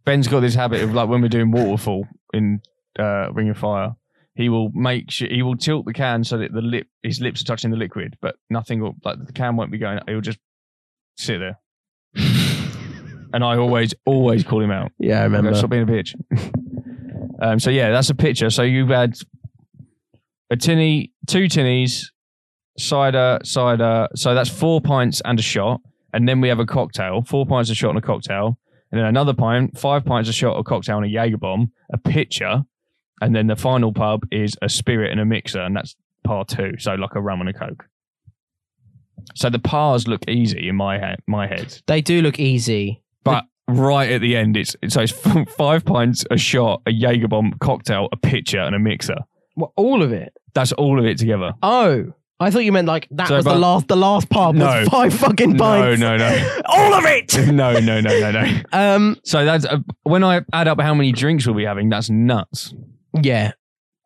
Speaker 2: Ben's got this habit of like when we're doing waterfall in uh, Ring of Fire, he will make sure he will tilt the can so that the lip his lips are touching the liquid, but nothing will like the can won't be going. It will just sit there. and I always always call him out.
Speaker 1: Yeah, I
Speaker 2: I
Speaker 1: remember.
Speaker 2: Stop being a bitch. [LAUGHS] um, so yeah, that's a picture. So you've had a tinny, two tinnies, cider, cider. So that's four pints and a shot, and then we have a cocktail. Four pints, a shot, and a cocktail, and then another pint, five pints, a shot, a cocktail, and a Jaeger bomb, a pitcher, and then the final pub is a spirit and a mixer, and that's par two. So like a rum and a coke. So the pars look easy in my head. My head
Speaker 1: They do look easy.
Speaker 2: but right at the end, it's so it's [LAUGHS] five pints, a shot, a Jaeger bomb, cocktail, a pitcher, and a mixer.
Speaker 1: Well, all of it.
Speaker 2: That's all of it together.
Speaker 1: Oh, I thought you meant like that
Speaker 2: So,
Speaker 1: was the
Speaker 2: but-
Speaker 1: last. The last part
Speaker 2: No.
Speaker 1: was [LAUGHS] five fucking pints.
Speaker 2: No, no, no, [LAUGHS]
Speaker 1: [LAUGHS] all of it.
Speaker 2: no, no, no, no, no.
Speaker 1: Um.
Speaker 2: So that's uh, when I add up how many drinks we'll be having. That's nuts,
Speaker 1: Yeah.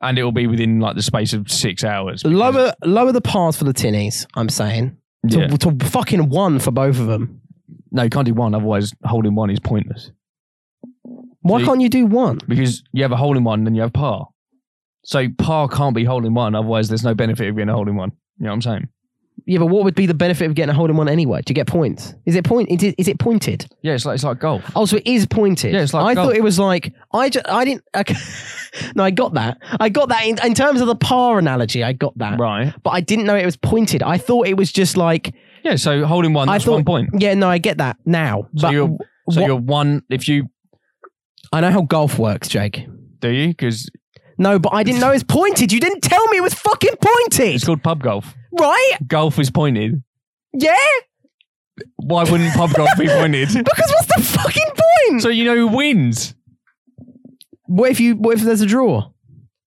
Speaker 2: and it'll be within like the space of six hours. because-
Speaker 1: Lower, lower the pars for the tinnies. I'm saying to,
Speaker 2: Yeah.
Speaker 1: to fucking one for both of them.
Speaker 2: No, you can't do one. Otherwise, holding one is pointless
Speaker 1: Why
Speaker 2: So you-
Speaker 1: can't you do one?
Speaker 2: because you have a holding one, then you have par. So par can't be holding one. Otherwise, there's no benefit of being a holding one. You know what I'm saying?
Speaker 1: Yeah, but what would be the benefit of getting a hold in one anyway? To get points? Is it point? Is it, is it pointed?
Speaker 2: Yeah, it's like it's like golf.
Speaker 1: Oh, so it is pointed.
Speaker 2: Yeah, it's like
Speaker 1: I
Speaker 2: golf.
Speaker 1: thought it was like I just I didn't. Okay. [LAUGHS] no, I got that. I got that in, in terms of the par analogy. I got that,
Speaker 2: Right.
Speaker 1: but I didn't know it was pointed. I thought it was just like
Speaker 2: Yeah. So holding one.
Speaker 1: I
Speaker 2: That's
Speaker 1: thought-
Speaker 2: one point.
Speaker 1: yeah. No, I get that now.
Speaker 2: So
Speaker 1: but
Speaker 2: you're- So
Speaker 1: what-
Speaker 2: you're one if you
Speaker 1: I know how golf works, Jake.
Speaker 2: do you because
Speaker 1: No, but I didn't know it was pointed. You didn't tell me it was fucking pointed,
Speaker 2: it's called pub golf.
Speaker 1: right?
Speaker 2: Golf is pointed.
Speaker 1: Yeah,
Speaker 2: Why wouldn't pub golf [LAUGHS] be pointed?
Speaker 1: because what's the fucking point?
Speaker 2: So you know who wins.
Speaker 1: what if you? What if there's a draw?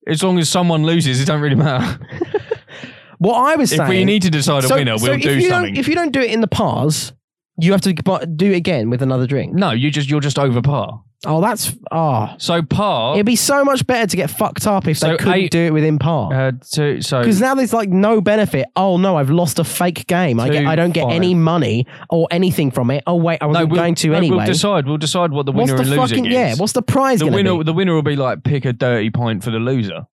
Speaker 2: As long as someone loses, it don't really matter.
Speaker 1: What I was saying.
Speaker 2: If we need to decide a
Speaker 1: So-
Speaker 2: winner,
Speaker 1: so
Speaker 2: we'll
Speaker 1: if
Speaker 2: do
Speaker 1: you don't-
Speaker 2: something.
Speaker 1: If you don't do it in the pars, you have to bu- do it again with another drink.
Speaker 2: no, you just you're just over par.
Speaker 1: Oh, that's ah.
Speaker 2: So par.
Speaker 1: It'd be so much better to get fucked up if
Speaker 2: So
Speaker 1: they couldn't
Speaker 2: eight-
Speaker 1: do it within par.
Speaker 2: Uh, two, so
Speaker 1: Because now there's like no benefit. Oh no, I've lost a fake game. I get,
Speaker 2: Two,
Speaker 1: I don't get
Speaker 2: five.
Speaker 1: any money or anything from it. Oh wait, I
Speaker 2: no,
Speaker 1: wasn't
Speaker 2: we'll,
Speaker 1: going to
Speaker 2: no,
Speaker 1: anyway.
Speaker 2: We'll decide. We'll decide what the
Speaker 1: what's
Speaker 2: winner
Speaker 1: the
Speaker 2: and losing
Speaker 1: fucking
Speaker 2: is.
Speaker 1: yeah? What's the prize
Speaker 2: the
Speaker 1: gonna
Speaker 2: winner?
Speaker 1: be?
Speaker 2: The winner will be like pick a dirty point for the loser,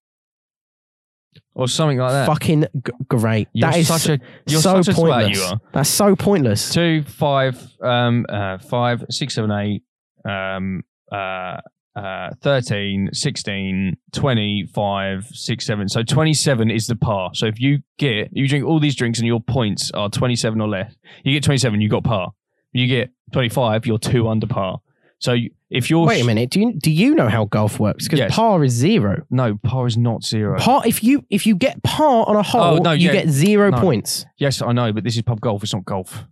Speaker 2: or something like that.
Speaker 1: Fucking g- great.
Speaker 2: You're
Speaker 1: that is
Speaker 2: such a you're
Speaker 1: so
Speaker 2: such a twat.
Speaker 1: pointless.
Speaker 2: You are.
Speaker 1: That's so pointless.
Speaker 2: two, five, um, uh, five, six, seven, eight, um, uh, uh, 13, 16, 25, 6, 7. So 27 is the par. So if you get, you drink all these drinks and your points are 27 or less, you get 27, you got par. You get 25, you're two under par. So you- if you're.
Speaker 1: Wait a minute. Do you do you know how golf works? Because
Speaker 2: Yes.
Speaker 1: par is zero.
Speaker 2: No, par is not zero.
Speaker 1: Par if you if you get par on a hole,
Speaker 2: Oh, no,
Speaker 1: you
Speaker 2: yeah.
Speaker 1: get zero
Speaker 2: No.
Speaker 1: points.
Speaker 2: yes, I know, but this is pub golf. It's not golf.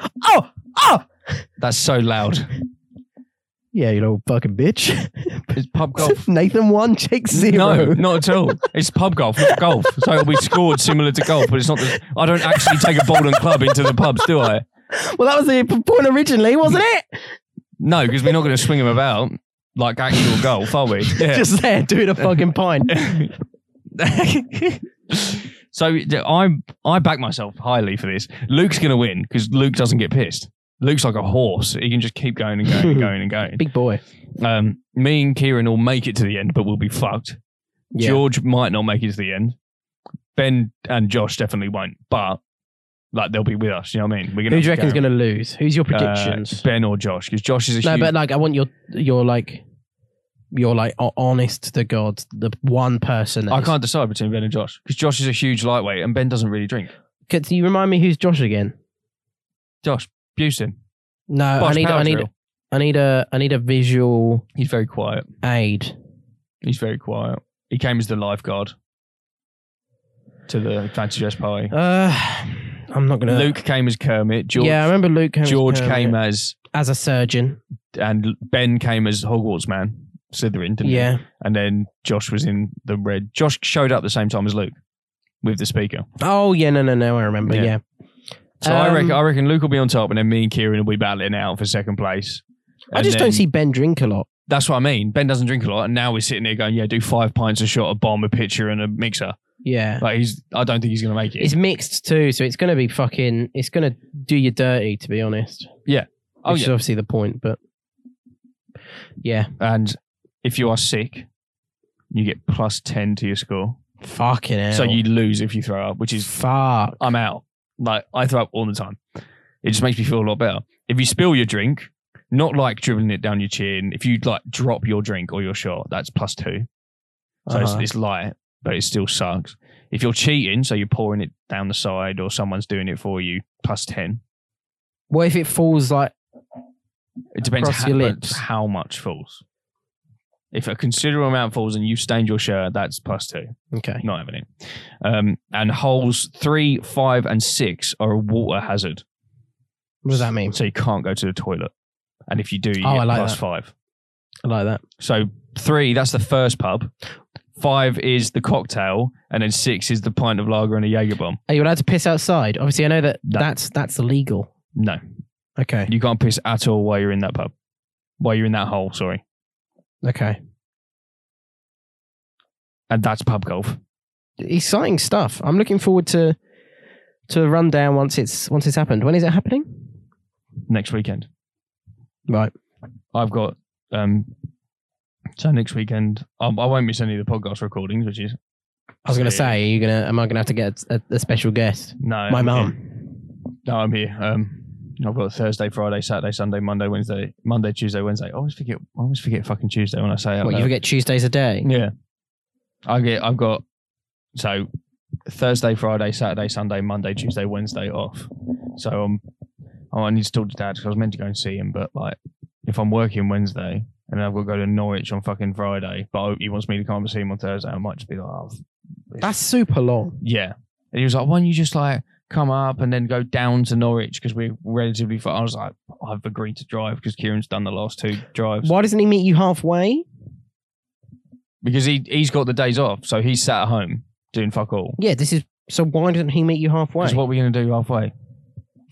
Speaker 1: Oh,
Speaker 2: Ah!
Speaker 1: oh.
Speaker 2: That's so
Speaker 1: [LAUGHS]
Speaker 2: loud.
Speaker 1: Yeah, you little fucking bitch.
Speaker 2: It's pub
Speaker 1: [LAUGHS]
Speaker 2: golf.
Speaker 1: Nathan one, Jake zero.
Speaker 2: No, not at all. It's pub golf, not golf. So it'll be scored similar to golf, but it's not. The, I don't actually take a ball and club into the pubs, do I?
Speaker 1: Well, that was the p- point originally, wasn't it?
Speaker 2: No, because we're not going to swing them about like actual golf, are we? Yeah.
Speaker 1: Just there doing a
Speaker 2: [LAUGHS]
Speaker 1: fucking pint.
Speaker 2: so yeah, I I back myself highly for this. Luke's going to win because Luke doesn't get pissed. Luke's like a horse. He can just keep going and going and going and going.
Speaker 1: Big boy.
Speaker 2: Um, me and Kieran will make it to the end, but we'll be fucked. George might not make it to the end. Ben and Josh definitely won't, but like they'll be with us. You know what I mean? We're
Speaker 1: Who do you reckon's
Speaker 2: go-
Speaker 1: going to lose? Who's your
Speaker 2: uh,
Speaker 1: predictions?
Speaker 2: ben or Josh? Because Josh is a
Speaker 1: no,
Speaker 2: huge.
Speaker 1: but like I want your your like your like ho- honest to God, the one person. that
Speaker 2: I
Speaker 1: is-
Speaker 2: can't decide between Ben and Josh because Josh is a huge lightweight and Ben doesn't really drink.
Speaker 1: Could you remind me who's Josh again?
Speaker 2: Josh Buston.
Speaker 1: No,
Speaker 2: Bosh
Speaker 1: I need I
Speaker 2: Power
Speaker 1: need
Speaker 2: Drill.
Speaker 1: I need a I need a visual
Speaker 2: He's very quiet.
Speaker 1: aid.
Speaker 2: He's very quiet. He came as the lifeguard to the fancy dress party.
Speaker 1: Uh, I'm not gonna.
Speaker 2: Luke came as Kermit. George,
Speaker 1: yeah, I remember Luke. Came
Speaker 2: George
Speaker 1: Kermit
Speaker 2: came as,
Speaker 1: as a surgeon.
Speaker 2: and Ben came as Hogwarts man, Slytherin, didn't he?
Speaker 1: Yeah,
Speaker 2: And then Josh was in the red. Josh showed up the same time as Luke with the speaker.
Speaker 1: Oh yeah, no, no, no. I remember. Yeah.
Speaker 2: Yeah. So I
Speaker 1: Um,
Speaker 2: reckon I reckon Luke will be on top, and then me and Kieran will be battling it out for second place.
Speaker 1: I
Speaker 2: And
Speaker 1: just
Speaker 2: then-
Speaker 1: don't see Ben drink a lot.
Speaker 2: That's what I mean. Ben doesn't drink a lot, and now we're sitting here going, "Yeah, do five pints a shot, a bomb, a pitcher, and a mixer."
Speaker 1: Yeah.
Speaker 2: Like he's, I don't think he's going to make it.
Speaker 1: It's mixed too, so it's gonna be fucking. It's gonna do you dirty, to be honest.
Speaker 2: Yeah. Oh,
Speaker 1: Which is
Speaker 2: yeah.
Speaker 1: obviously the point, but yeah,
Speaker 2: and if you are sick, you get plus ten to your score.
Speaker 1: fucking hell.
Speaker 2: So you lose if you throw up, which is
Speaker 1: fuck.
Speaker 2: I'm out. Like I throw up all the time. It just makes me feel a lot better. If you spill your drink, not like dribbling it down your chin. If you like drop your drink or your shot, that's plus two. So
Speaker 1: Uh-huh.
Speaker 2: it's, it's light, but it still sucks. If you're cheating, so you're pouring it down the side or someone's doing it for you, plus 10.
Speaker 1: what if it falls like?
Speaker 2: It depends
Speaker 1: Across
Speaker 2: how,
Speaker 1: your lips.
Speaker 2: how much falls. If a considerable amount falls and you've stained your shirt, that's plus two.
Speaker 1: Okay.
Speaker 2: Not having it. Um, and holes three, five, and six are a water hazard.
Speaker 1: What does that mean?
Speaker 2: So you can't go to the toilet. And if you do, you
Speaker 1: Oh, I
Speaker 2: get
Speaker 1: like
Speaker 2: plus
Speaker 1: that.
Speaker 2: five.
Speaker 1: I like that.
Speaker 2: So three, that's the first pub. Five is the cocktail, and then six is the pint of lager and a Jaeger bomb.
Speaker 1: Are you allowed to piss outside? Obviously, I know that
Speaker 2: No.
Speaker 1: that's that's illegal.
Speaker 2: No,
Speaker 1: Okay.
Speaker 2: you can't piss at all while you're in that pub, while you're in that hole. Sorry,
Speaker 1: Okay.
Speaker 2: and that's pub golf.
Speaker 1: Exciting stuff. I'm looking forward to to a rundown once it's once it's happened. When is it happening?
Speaker 2: Next weekend,
Speaker 1: Right.
Speaker 2: I've got. um So next weekend, I, I won't miss any of the podcast recordings, which is
Speaker 1: I was gonna
Speaker 2: Yeah.
Speaker 1: say, are you gonna? Am I gonna have to get a, a special guest?
Speaker 2: no
Speaker 1: My
Speaker 2: I'm here.
Speaker 1: mum.
Speaker 2: No, I'm here. Um, I've got Thursday, Friday, Saturday, Sunday, Monday, Wednesday, Monday, Tuesday, Wednesday. I always forget. I always forget fucking Tuesday when I say it. out
Speaker 1: What you
Speaker 2: loud.
Speaker 1: forget Tuesdays a day?
Speaker 2: Yeah. I get I've got so Thursday, Friday, Saturday, Sunday, Monday, Tuesday, Wednesday off. So I'm oh, I need to talk to dad because I was meant to go and see him, but like if I'm working Wednesday and I've got to go to Norwich on fucking Friday, but I- he wants me to come and see him on Thursday, I might just be like, oh, f-
Speaker 1: That's super long.
Speaker 2: yeah. And he was like, why don't you just like come up and then go down to Norwich because we're relatively far. I was like, I've agreed to drive because Kieran's done the last two drives
Speaker 1: Why doesn't he meet you halfway?
Speaker 2: because he he's got the days off, so he's sat at home doing fuck all.
Speaker 1: Yeah, this is so. Why doesn't he meet you halfway?
Speaker 2: Because what are we going to do halfway?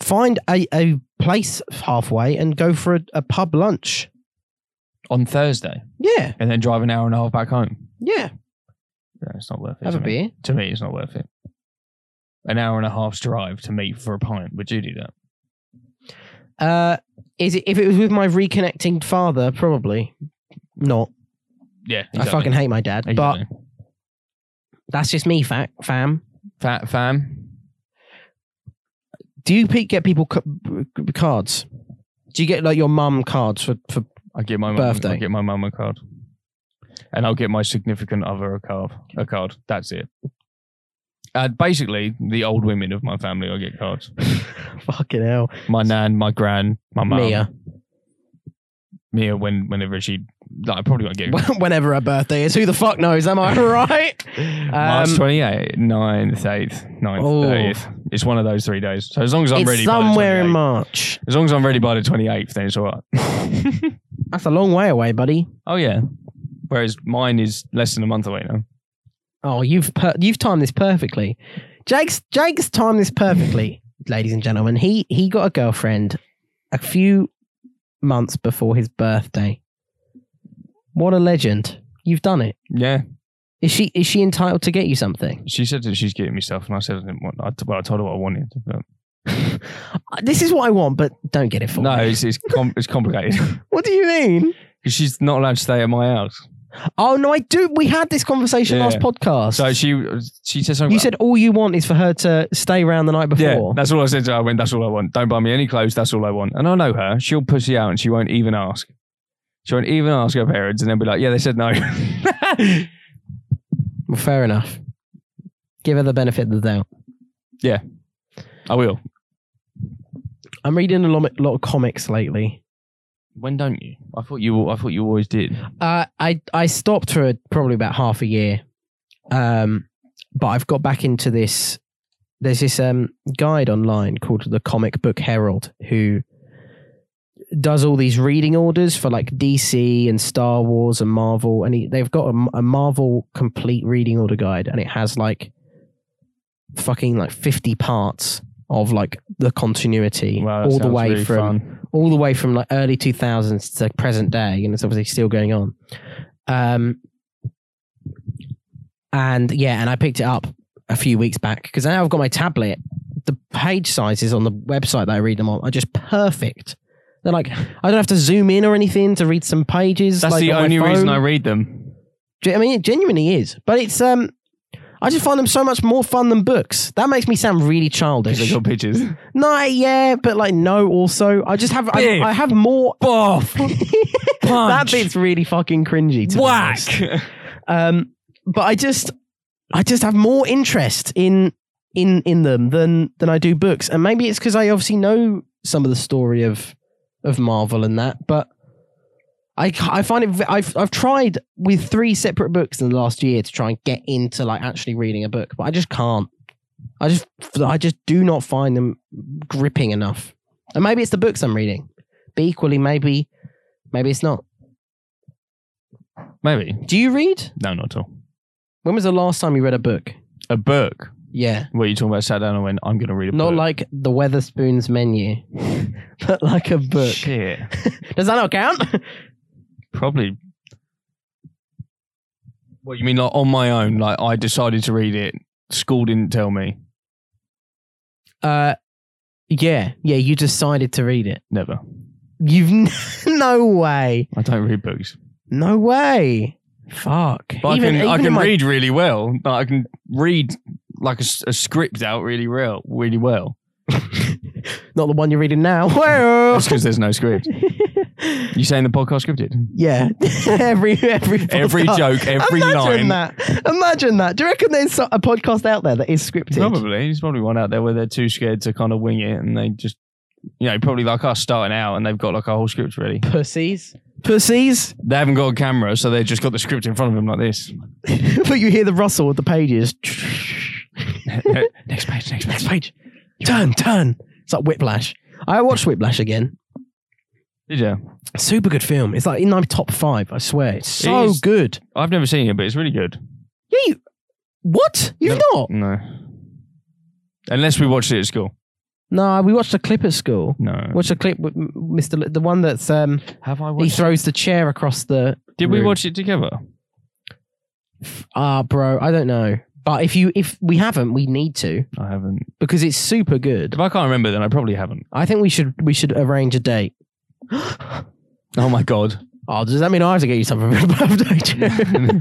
Speaker 1: Find a, a place halfway and go for a, a pub lunch.
Speaker 2: On Thursday.
Speaker 1: Yeah,
Speaker 2: And then drive an hour and a half back home.
Speaker 1: yeah.
Speaker 2: Yeah, it's not worth it.
Speaker 1: Have
Speaker 2: to
Speaker 1: a
Speaker 2: me.
Speaker 1: beer.
Speaker 2: To me, it's not worth it. An hour and a half's drive to meet for a pint. Would you do that?
Speaker 1: Uh, is it if it was with my reconnecting father? Probably not.
Speaker 2: Yeah.
Speaker 1: I fucking hate my dad, but that's just me, fac fam.
Speaker 2: Fat fam.
Speaker 1: Do you pe- get people c- c- cards? Do you get like your mum cards for for?
Speaker 2: I get my mum, I
Speaker 1: Birthday.
Speaker 2: get my mum a card, and I'll get my significant other a card. A card. That's it. Uh, basically, the old women of my family, I get cards.
Speaker 1: fucking hell, [LAUGHS]
Speaker 2: My nan, my gran, my mum,
Speaker 1: Mia. [LAUGHS]
Speaker 2: Mia. When whenever she, like, I probably
Speaker 1: [LAUGHS]
Speaker 2: won't get
Speaker 1: Whenever her birthday is, who the fuck knows? Am
Speaker 2: [LAUGHS]
Speaker 1: I right?
Speaker 2: March
Speaker 1: Um,
Speaker 2: 28th, 9th, 8th, 9th,
Speaker 1: Oh.
Speaker 2: 30th. It's one of those three days. So as long as I'm
Speaker 1: it's
Speaker 2: ready
Speaker 1: somewhere
Speaker 2: by the
Speaker 1: in
Speaker 2: 28th,
Speaker 1: March.
Speaker 2: As long as I'm ready by the 28th, then it's all right. [LAUGHS]
Speaker 1: That's a long way away, buddy.
Speaker 2: oh, yeah. Whereas mine is less than a month away now.
Speaker 1: Oh, you've per- you've timed this perfectly. Jake's Jake's timed this
Speaker 2: [LAUGHS]
Speaker 1: perfectly, ladies and gentlemen. He he got a girlfriend a few months before his birthday. What a legend! You've done it.
Speaker 2: Yeah.
Speaker 1: Is she is she entitled to get you something?
Speaker 2: She said that she's getting me stuff, and I said I didn't want I, well, I told her what I wanted. But
Speaker 1: [LAUGHS] This is what I want, but don't get it for
Speaker 2: no,
Speaker 1: me.
Speaker 2: it's, it's, com- it's complicated. [LAUGHS]
Speaker 1: What do you mean?
Speaker 2: 'Cause she's not allowed to stay at my house.
Speaker 1: Oh no, I do. We had this conversation
Speaker 2: Yeah.
Speaker 1: last podcast.
Speaker 2: So she she said something
Speaker 1: you
Speaker 2: about-
Speaker 1: said all you want is for her to stay around the night
Speaker 2: yeah,
Speaker 1: before.
Speaker 2: that's all I said to her. I went, that's all I want. Don't buy me any clothes. That's all I want. And I know her. She'll pussy out and she won't even ask. She won't even ask her parents and then be like, yeah, they said no. [LAUGHS]
Speaker 1: Well, fair enough. Give her the benefit of the doubt.
Speaker 2: I will.
Speaker 1: I'm reading a lot, lot of comics lately.
Speaker 2: When don't you? I thought you. I thought you always did.
Speaker 1: Uh, I I stopped for probably about half a year, um, but I've got back into this. There's this um, guide online called the Comic Book Herald who does all these reading orders for like DC and Star Wars and Marvel, and he, they've got a, a Marvel complete reading order guide, and it has like fucking like fifty parts of like the continuity
Speaker 2: Wow, that
Speaker 1: all the
Speaker 2: sounds
Speaker 1: way
Speaker 2: really
Speaker 1: from
Speaker 2: fun.
Speaker 1: all the way from like early 2000s to present day and it's obviously still going on um and yeah and i picked it up a few weeks back because now i've got my tablet the page sizes on the website that i read them on are just perfect they're like i don't have to zoom in or anything to read some pages
Speaker 2: That's
Speaker 1: like,
Speaker 2: the
Speaker 1: on my
Speaker 2: only reason I
Speaker 1: phone.
Speaker 2: read them.
Speaker 1: Gen- i mean it genuinely is but it's um I just find them so much more fun than books. That makes me sound really
Speaker 2: Because they
Speaker 1: childish.
Speaker 2: [LAUGHS] got pictures.
Speaker 1: No, yeah, but like no. Also, I just have I,
Speaker 2: Biff.
Speaker 1: I have more
Speaker 2: Boff!
Speaker 1: that bit's really fucking cringy. To be honest. Um, but I just, I just have more interest in in in them than than I do books, and maybe it's because I obviously know some of the story of of Marvel and that, but. I, ca- I find it ve- I've I've tried with three separate books in the last year to try and get into like actually reading a book, but I just can't. I just I just do not find them gripping enough. And maybe it's the books I'm reading, but equally maybe maybe it's not.
Speaker 2: Maybe.
Speaker 1: Do you read?
Speaker 2: No, not at all.
Speaker 1: When was the last time you read a book?
Speaker 2: A book.
Speaker 1: Yeah.
Speaker 2: What are you talking about? Sat down and went, I'm going to read a
Speaker 1: Not
Speaker 2: book.
Speaker 1: like the Weatherspoons menu, [LAUGHS] but like a book.
Speaker 2: Shit.
Speaker 1: Does that not count? [LAUGHS]
Speaker 2: Probably. What, you mean like on my own? Like I decided to read it. School didn't tell me.
Speaker 1: Uh, yeah. Yeah, you decided to read it.
Speaker 2: Never.
Speaker 1: You've. [LAUGHS] N- no way.
Speaker 2: I don't read books.
Speaker 1: No way. Fuck.
Speaker 2: But I can, I
Speaker 1: in
Speaker 2: can
Speaker 1: my-
Speaker 2: read really well. Like, I can read like a, s- a script out really well, really well.
Speaker 1: Not the one you're reading now. [LAUGHS] Well.
Speaker 2: That's because there's no script. You saying the podcast scripted?
Speaker 1: [LAUGHS] yeah. [LAUGHS] every every
Speaker 2: [LAUGHS] Every
Speaker 1: podcast.
Speaker 2: joke, every
Speaker 1: Imagine
Speaker 2: line.
Speaker 1: that. Imagine that. Do you reckon there's so- a podcast out there that is scripted?
Speaker 2: Probably. There's probably one out there where they're too scared to kind of wing it and they just, you know, probably like us starting out and they've got like a whole script ready.
Speaker 1: Pussies. Pussies.
Speaker 2: They haven't got a camera, so they've just got the script in front of them like this.
Speaker 1: [LAUGHS] but you hear the rustle of the pages. [LAUGHS]
Speaker 2: next page, next
Speaker 1: Next page. Turn, turn. It's like Whiplash. I watched Whiplash again.
Speaker 2: Did you?
Speaker 1: Super good film. It's like in my top five. I swear, it's so
Speaker 2: It is.
Speaker 1: good.
Speaker 2: I've never seen it, but it's really good.
Speaker 1: Yeah, you. What? You've not?
Speaker 2: No. Unless we watched it at school.
Speaker 1: No, we watched a clip at school.
Speaker 2: No.
Speaker 1: Watched a clip with M- Mr. L- the one that's um
Speaker 2: Have I
Speaker 1: he throws the chair across the.
Speaker 2: Did we
Speaker 1: Rude.
Speaker 2: watch it together?
Speaker 1: Ah, bro, I don't know. But if you if we haven't, we need to
Speaker 2: I haven't.
Speaker 1: because it's super good.
Speaker 2: If I can't remember, then I probably haven't.
Speaker 1: I think we should we should arrange a date.
Speaker 2: Oh my god.
Speaker 1: Oh, does that mean I have to get you something for a birthday? Joe?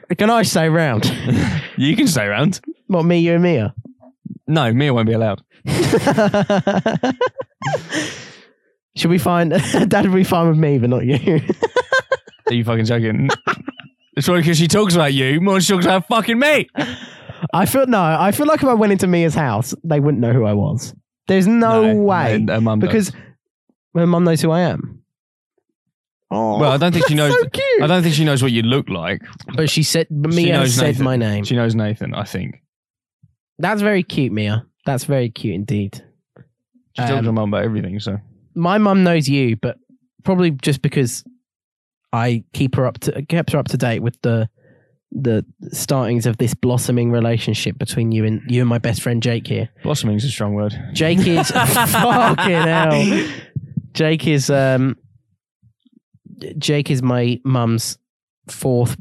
Speaker 1: [LAUGHS] Can I stay [LAUGHS] round?
Speaker 2: you can stay around.
Speaker 1: Not me, you and Mia.
Speaker 2: No, Mia won't be allowed.
Speaker 1: Should we find [LAUGHS] Dad would be fine with me, but not you.
Speaker 2: Are you fucking [LAUGHS] joking? it's probably because she talks about you more than she talks about fucking me.
Speaker 1: I feel no, I feel like if I went into Mia's house, they wouldn't know who I was. There's no, way.
Speaker 2: no, her mum does.
Speaker 1: because my mum knows who I am. Oh
Speaker 2: Well, I don't think
Speaker 1: [LAUGHS]
Speaker 2: she
Speaker 1: that's
Speaker 2: knows-
Speaker 1: so cute.
Speaker 2: I don't think she knows what you look like.
Speaker 1: but she said but
Speaker 2: She
Speaker 1: Mia
Speaker 2: knows
Speaker 1: said
Speaker 2: Nathan.
Speaker 1: my name.
Speaker 2: She knows Nathan, I think.
Speaker 1: That's very cute, Mia. That's very cute indeed.
Speaker 2: She tells
Speaker 1: Um,
Speaker 2: her mum about everything, so
Speaker 1: my mum knows you, but probably just because I keep her up to kept her up to date with the the startings of this blossoming relationship between you and you and my best friend Jake here.
Speaker 2: blossoming's a strong word.
Speaker 1: Jake is fucking hell. Jake is um Jake is my mum's fourth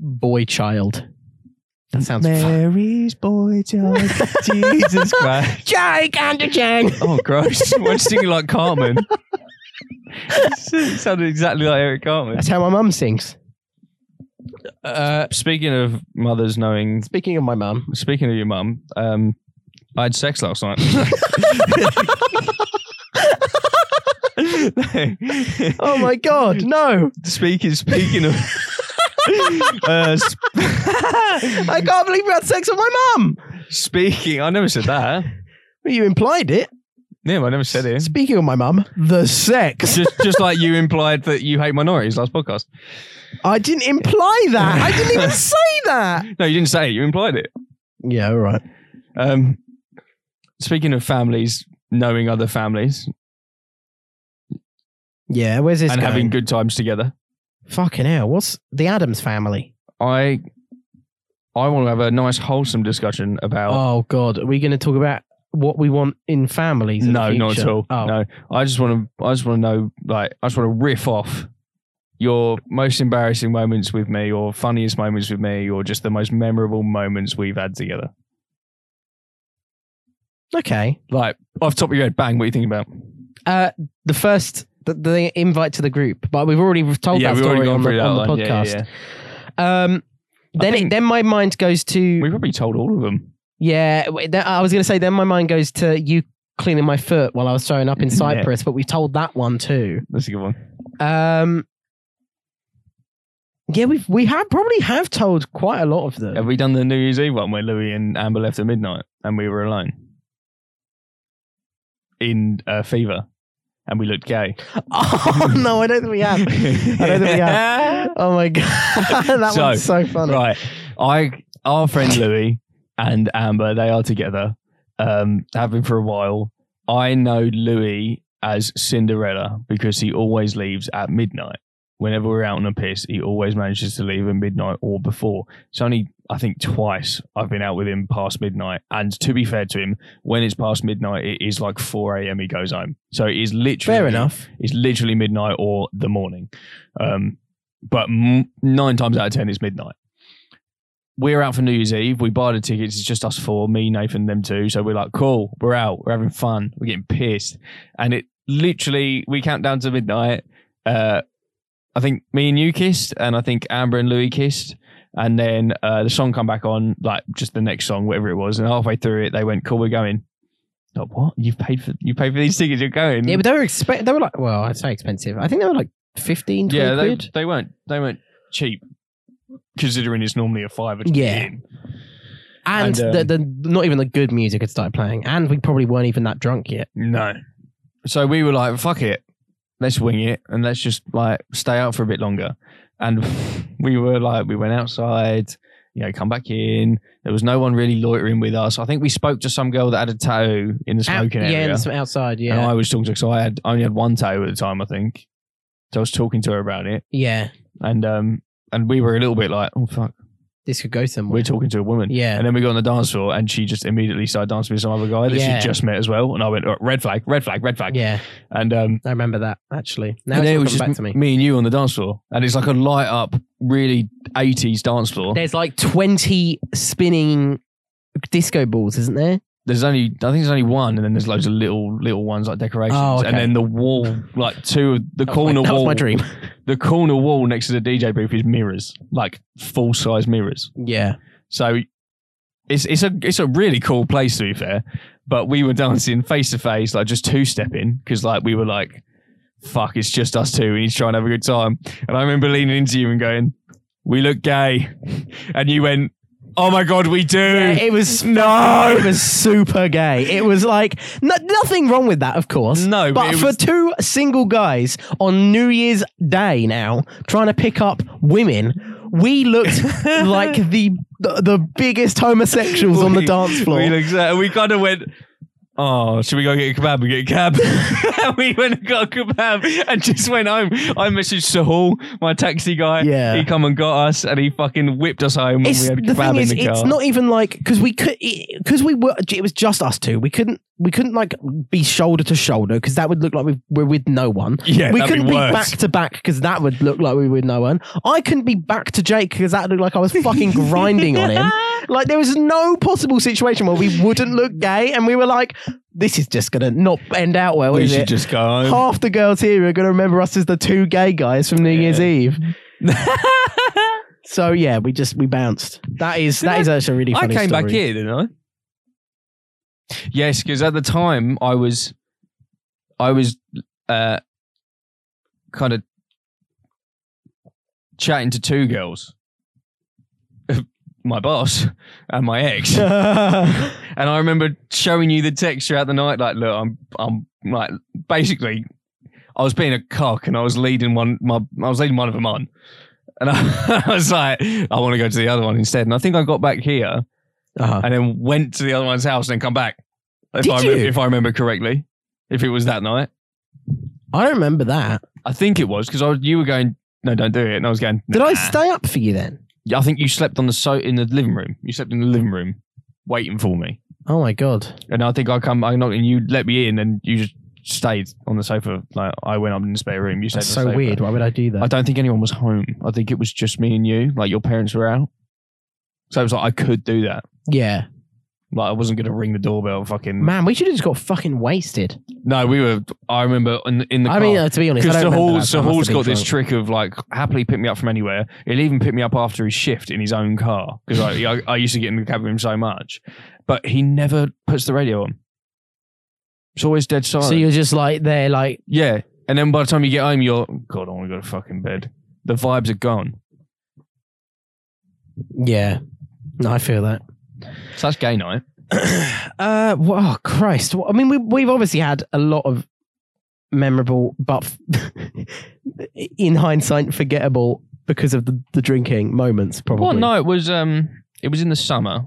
Speaker 1: boy child. That sounds fu-
Speaker 2: Mary's boy child. [LAUGHS] Jesus Christ.
Speaker 1: Jake and a Jane.
Speaker 2: Oh, [LAUGHS] gross. Why did you sing it like Cartman? it sounded exactly like Eric Cartman.
Speaker 1: That's how my mum sings. Uh,
Speaker 2: Speaking of mothers knowing,
Speaker 1: speaking of my mum,
Speaker 2: speaking of your mum, um, I had sex last [LAUGHS] night.
Speaker 1: oh my god, no.
Speaker 2: speaking, speaking [LAUGHS] of. uh, sp-
Speaker 1: I can't believe you had sex with my mum.
Speaker 2: speaking, I never said that.
Speaker 1: Well, you implied it.
Speaker 2: Yeah, I never said [LAUGHS] it.
Speaker 1: Speaking of my mum, the sex.
Speaker 2: just just like you implied that you hate minorities last podcast.
Speaker 1: I didn't imply that. I didn't
Speaker 2: [LAUGHS]
Speaker 1: even say that.
Speaker 2: No, you didn't say it. You implied it.
Speaker 1: Yeah, all right.
Speaker 2: Um, speaking of families knowing other families
Speaker 1: Yeah, where's this?
Speaker 2: and
Speaker 1: going?
Speaker 2: having good times together,
Speaker 1: Fucking hell. What's the Adams family?
Speaker 2: I I want to have a nice wholesome discussion about.
Speaker 1: Oh, God. Are we going to talk about what we want in families? in the
Speaker 2: no, not at
Speaker 1: future?
Speaker 2: all.
Speaker 1: Oh.
Speaker 2: No, I just want to. I just want to know. Like, I just want to riff off your most embarrassing moments with me, or funniest moments with me, or just the most memorable moments we've had together.
Speaker 1: Okay.
Speaker 2: Like off the top of your head, bang. What are you thinking about?
Speaker 1: Uh, the first, the, the invite to the group, but we've already told that
Speaker 2: we've
Speaker 1: story
Speaker 2: already gone
Speaker 1: on, the,
Speaker 2: through that
Speaker 1: on the
Speaker 2: one. Yeah, yeah,
Speaker 1: podcast.
Speaker 2: yeah.
Speaker 1: Um, then,
Speaker 2: think-
Speaker 1: it, then my mind goes to
Speaker 2: We probably told all of them.
Speaker 1: Yeah, w- th- I was going to say then my mind goes to you cleaning my foot while I was throwing up in
Speaker 2: [LAUGHS] Yeah.
Speaker 1: Cyprus, but we told that one too.
Speaker 2: That's a good one.
Speaker 1: Um, yeah, we've we have probably have told quite a lot of them.
Speaker 2: Have we done the New Year's Eve one where Louis and Amber left at midnight and we were alone in a fever and we looked gay?
Speaker 1: [LAUGHS] Oh no, I don't think we have. I don't think we have. Oh my god, [LAUGHS] that
Speaker 2: So,
Speaker 1: one's so funny.
Speaker 2: [LAUGHS] Right. I our friend Louis and Amber, they are together. Um, have been for a while. I know Louis as Cinderella because he always leaves at midnight. Whenever we're out on a piss, he always manages to leave at midnight or before. It's only I think twice I've been out with him past midnight. And to be fair to him, when it's past midnight, it is like four a.m. He goes home, so it is literally
Speaker 1: Fair enough.
Speaker 2: it's literally midnight or the morning. Um, but m- nine times out of 10, it's midnight. We're out for New Year's Eve. We buy the tickets. It's just us four, me, Nathan, them two. So we're like, cool, we're out. We're having fun. We're getting pissed. And it literally, we count down to midnight. Uh, I think me and you kissed, and I think Amber and Louis kissed. And then uh, the song come back on, like just the next song, whatever it was. And halfway through it, they went, cool, we're going. Like, what? You've paid for you paid for these tickets, you're going.
Speaker 1: Yeah, but they were expe- They were like, well, I'd say expensive. I think they were like 15, 20
Speaker 2: yeah, they,
Speaker 1: quid.
Speaker 2: they weren't they weren't cheap, considering it's normally a fiver. To
Speaker 1: Yeah.
Speaker 2: get in.
Speaker 1: And,
Speaker 2: and, um,
Speaker 1: the, the, not even the good music had started playing. And we probably weren't even that drunk yet.
Speaker 2: no. So we were like, "Fuck it, let's wing it, and let's just like stay out for a bit longer." And [LAUGHS] we were like, we went outside, you know, come back in. There was no one really loitering with us. I think we spoke to some girl that had a tattoo in the
Speaker 1: Out-
Speaker 2: smoking
Speaker 1: yeah,
Speaker 2: area,
Speaker 1: and some outside. Yeah.
Speaker 2: and I was talking to her. So I had only had one tattoo at the time, I think. So I was talking to her about it,
Speaker 1: yeah.
Speaker 2: and um, and we were a little bit like, "Oh fuck,
Speaker 1: This could go somewhere.
Speaker 2: we're talking to a woman."
Speaker 1: Yeah.
Speaker 2: And then we got on the dance floor, and she just immediately started dancing with some other guy that
Speaker 1: Yeah.
Speaker 2: she just met as well. And I went, "Oh, red flag, red flag, red flag.
Speaker 1: yeah,
Speaker 2: And um,
Speaker 1: I remember that actually. Now
Speaker 2: and
Speaker 1: it's
Speaker 2: then it
Speaker 1: all
Speaker 2: was
Speaker 1: coming
Speaker 2: just
Speaker 1: back to me.
Speaker 2: me and you on the dance floor, and it's like a light up, really eighties dance floor.
Speaker 1: There's like 20 spinning disco balls, isn't there?
Speaker 2: There's only, I think there's only one, and then there's loads of little, little ones like decorations,
Speaker 1: Oh, okay.
Speaker 2: and then the wall, like two, of the
Speaker 1: [LAUGHS] That was my-
Speaker 2: corner
Speaker 1: that was
Speaker 2: wall,
Speaker 1: my dream.
Speaker 2: the corner wall next to the DJ booth is mirrors, like full size mirrors.
Speaker 1: Yeah,
Speaker 2: So it's it's a it's a really cool place to be fair. But we were dancing face to face, like just two stepping, because like we were like, "Fuck, it's just us two, and he's trying to have a good time." And I remember leaning into you and going, "We look gay," [LAUGHS] and you went, "Oh my god, we do."
Speaker 1: it was
Speaker 2: [LAUGHS] no,
Speaker 1: it was super gay. It was like no, nothing wrong with that, of course.
Speaker 2: no,
Speaker 1: But
Speaker 2: it
Speaker 1: for
Speaker 2: was-
Speaker 1: two single guys on New Year's Day now trying to pick up women, we
Speaker 2: [LAUGHS]
Speaker 1: looked like the the, the biggest homosexuals on the
Speaker 2: We-
Speaker 1: dance floor.
Speaker 2: We looked at- we kind of went. Oh, should we go get a kebab and get a cab? [LAUGHS] and we went and got a kebab and just went home. I messaged Sahul, my taxi guy.
Speaker 1: Yeah.
Speaker 2: He come and got us and he fucking whipped us home
Speaker 1: It's,
Speaker 2: and we
Speaker 1: the
Speaker 2: had kebab
Speaker 1: thing is,
Speaker 2: in the car.
Speaker 1: it's not even like because we could because we were it was just us two. We couldn't we couldn't like be shoulder to shoulder because that would look like we were with no one.
Speaker 2: yeah,
Speaker 1: we
Speaker 2: that'd
Speaker 1: couldn't
Speaker 2: be
Speaker 1: be
Speaker 2: worse.
Speaker 1: back to back because that would look like we were with no one. I couldn't be back to Jake because that looked like I was
Speaker 2: [LAUGHS]
Speaker 1: fucking grinding on him. Like there was no possible situation where we wouldn't look gay, and we were like, this is just gonna not end out well.
Speaker 2: we
Speaker 1: is
Speaker 2: should
Speaker 1: it?
Speaker 2: just go home.
Speaker 1: Half the girls here are gonna remember us as the two gay guys from New Year's
Speaker 2: Yeah. [LAUGHS]
Speaker 1: Eve. So yeah, we just we bounced. That is
Speaker 2: Did
Speaker 1: that
Speaker 2: I-
Speaker 1: is actually a really
Speaker 2: I
Speaker 1: funny.
Speaker 2: came back
Speaker 1: story.
Speaker 2: here, didn't I? Yes, because at the time I was, I was, uh, kind of chatting to two girls [LAUGHS] my boss and
Speaker 1: [LAUGHS]
Speaker 2: my ex. And I remember showing you the text throughout the night, like, look, I'm, I'm like, basically, I was being a cock and I was leading one, my, I was leading one of them on, and [LAUGHS] I, I was like, I want to go to the other one instead. And I think I got back here
Speaker 1: Uh-huh.
Speaker 2: and then went to the other one's house and then come back. If
Speaker 1: Did
Speaker 2: I remember,
Speaker 1: you?
Speaker 2: if I remember correctly, if it was that night,
Speaker 1: I don't remember that.
Speaker 2: I think it was because I was, you were going, no, don't do it, and I was going.
Speaker 1: Did I
Speaker 2: "Nah."
Speaker 1: stay up for you then?
Speaker 2: Yeah, I think you slept on the so in the living room. You slept in the living room, waiting for me.
Speaker 1: Oh my god.
Speaker 2: And I think I come, I knocked, and you let me in, and you just stayed on the sofa. Like I went up in the spare room. You stayed.
Speaker 1: That's
Speaker 2: on
Speaker 1: so
Speaker 2: the sofa.
Speaker 1: weird. Why would I do
Speaker 2: I
Speaker 1: that?
Speaker 2: don't think anyone was home. I think it was just me and you. Like your parents were out, so it was like I could do that.
Speaker 1: Yeah.
Speaker 2: Like I wasn't gonna ring the doorbell. Fucking
Speaker 1: Man, we should have just got fucking wasted.
Speaker 2: no, we were. I remember in, in the.
Speaker 1: I
Speaker 2: car.
Speaker 1: mean, uh, to be honest, I
Speaker 2: Because
Speaker 1: don't
Speaker 2: the
Speaker 1: remember that,
Speaker 2: hall,
Speaker 1: so I
Speaker 2: the
Speaker 1: must have
Speaker 2: hall's
Speaker 1: been
Speaker 2: got this
Speaker 1: drunk.
Speaker 2: trick of like happily pick me up from anywhere. He'll even pick me up after his shift in his own car because I, I I used to get in the cab with him so much, but he never puts the radio on. It's always dead silent.
Speaker 1: So you're just like there, like
Speaker 2: yeah, and then by the time you get home, you're God. I want to go to fucking bed. The vibes are gone.
Speaker 1: yeah. No, I feel that.
Speaker 2: So that's gay night.
Speaker 1: [CLEARS THROAT] uh, well, oh Christ! Well, I mean, we we've obviously had a lot of memorable, but f- [LAUGHS] in hindsight, forgettable because of the, the drinking moments. Probably.
Speaker 2: Well, no, it was um, it was in the summer.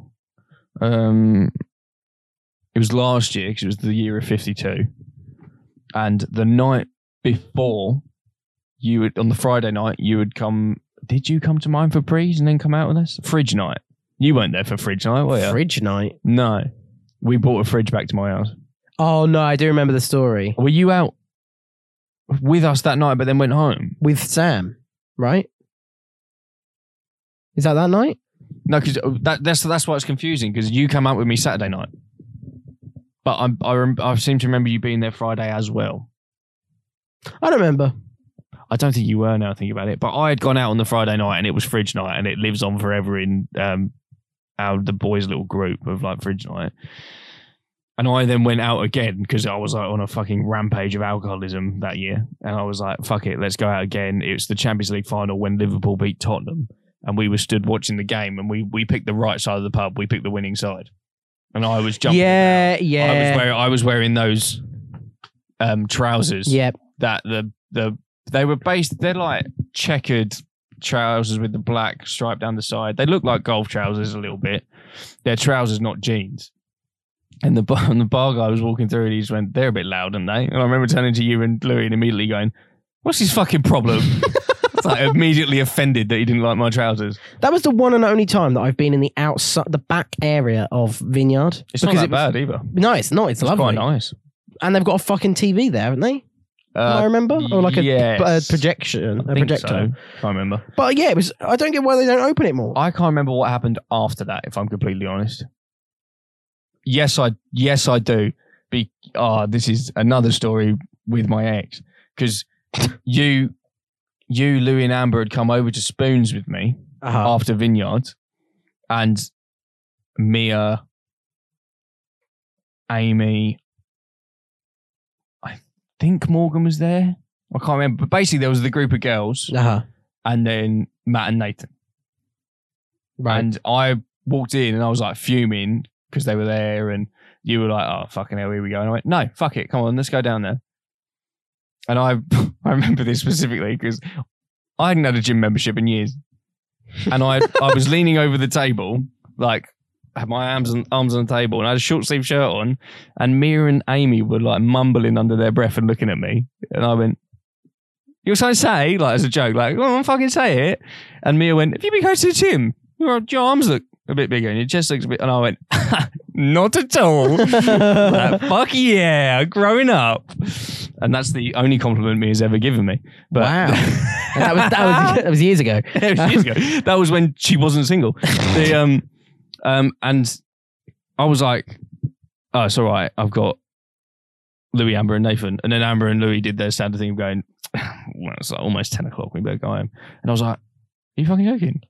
Speaker 2: Um, it was last year because it was the year of fifty-two, and the night before, you would on the Friday night you would come. Did you come to mine for prees and then come out with us? Fridge night. You weren't there for fridge night, were you?
Speaker 1: fridge night.
Speaker 2: no, we brought a fridge back to my house.
Speaker 1: Oh no, I do remember the story
Speaker 2: Were you out with us that night, but then went home?
Speaker 1: with Sam. Right? Is that that night?
Speaker 2: No, because that, that's that's why it's confusing. Because you come out with me Saturday night, but I'm, I rem- I seem to remember you being there Friday as well.
Speaker 1: I don't remember.
Speaker 2: I don't think you were now. Think about it, but I had gone out on the Friday night and it was fridge night, and it lives on forever in um our the boys' little group of like fridge night. And I then went out again because I was like on a fucking rampage of alcoholism that year, and I was like, "Fuck it, let's go out again." It's the Champions League final when Liverpool beat Tottenham, and we were stood watching the game, and we we picked the right side of the pub, we picked the winning side, and I was jumping. about.
Speaker 1: yeah,
Speaker 2: I was
Speaker 1: yeah,
Speaker 2: wearing I was wearing those um trousers
Speaker 1: yeah.
Speaker 2: that the the they were based they're like checkered trousers with the black stripe down the side. They look like golf trousers a little bit. They're trousers, not jeans. And the bar, [LAUGHS] and the bar guy was walking through, and he just went, "They're a bit loud, aren't they?" And I remember turning to you and Louis and immediately going, "What's his fucking [LAUGHS] problem?" It's like immediately offended that he didn't like my trousers.
Speaker 1: That was the one and only time that I've been in the outside, the back area of Vineyard.
Speaker 2: It's not
Speaker 1: Because
Speaker 2: that
Speaker 1: it was-
Speaker 2: bad either.
Speaker 1: No, it's not. It's,
Speaker 2: It's
Speaker 1: lovely.
Speaker 2: quite nice.
Speaker 1: and they've got a fucking TV there, haven't they? I remember, or like a,
Speaker 2: Uh, yes.
Speaker 1: a projection,
Speaker 2: I
Speaker 1: a
Speaker 2: think
Speaker 1: projector.
Speaker 2: so. Can't remember.
Speaker 1: But yeah, it was. I don't get why they don't open it more.
Speaker 2: I can't remember what happened after that. If I'm completely honest, yes, I yes I do. Be ah, this is another story with my ex because [LAUGHS] you, you, Louie, and Amber had come over to Spoons with me
Speaker 1: Uh-huh.
Speaker 2: after Vineyard, and Mia, Amy, I think Morgan was there. I can't remember, but basically there was the group of girls,
Speaker 1: Uh-huh.
Speaker 2: and then Matt and Nathan.
Speaker 1: Right. [LAUGHS]
Speaker 2: And I walked in and I was like fuming because they were there and you were like, oh, fucking hell, here we go. And I went, no, fuck it. Come on, let's go down there. And I, [LAUGHS] I remember this specifically because I hadn't had a gym membership in years. And I, I was leaning over the table, like, had my arms on, arms on the table and I had a short sleeve shirt on. And Mia and Amy were like mumbling under their breath and looking at me. And I went, You're trying to say, like, as a joke, like, oh, I'm fucking say it. And Mia went, Have you been going to the gym? your, your arms look a bit bigger and your chest looks a bit. And I went, [LAUGHS] not at all. [LAUGHS] Like, Fuck yeah, growing up. And that's the only compliment me has ever given me. But [LAUGHS]
Speaker 1: Wow. And that was that was, [LAUGHS] that was years ago.
Speaker 2: It was years ago. That was when she wasn't single. The um, um, and I was like, oh, it's all right. I've got Louis, Amber, and Nathan. And then Amber and Louis did their standard thing of going, [SIGHS] well, it's like almost 10 o'clock. We better go home. And I was like, are you fucking joking?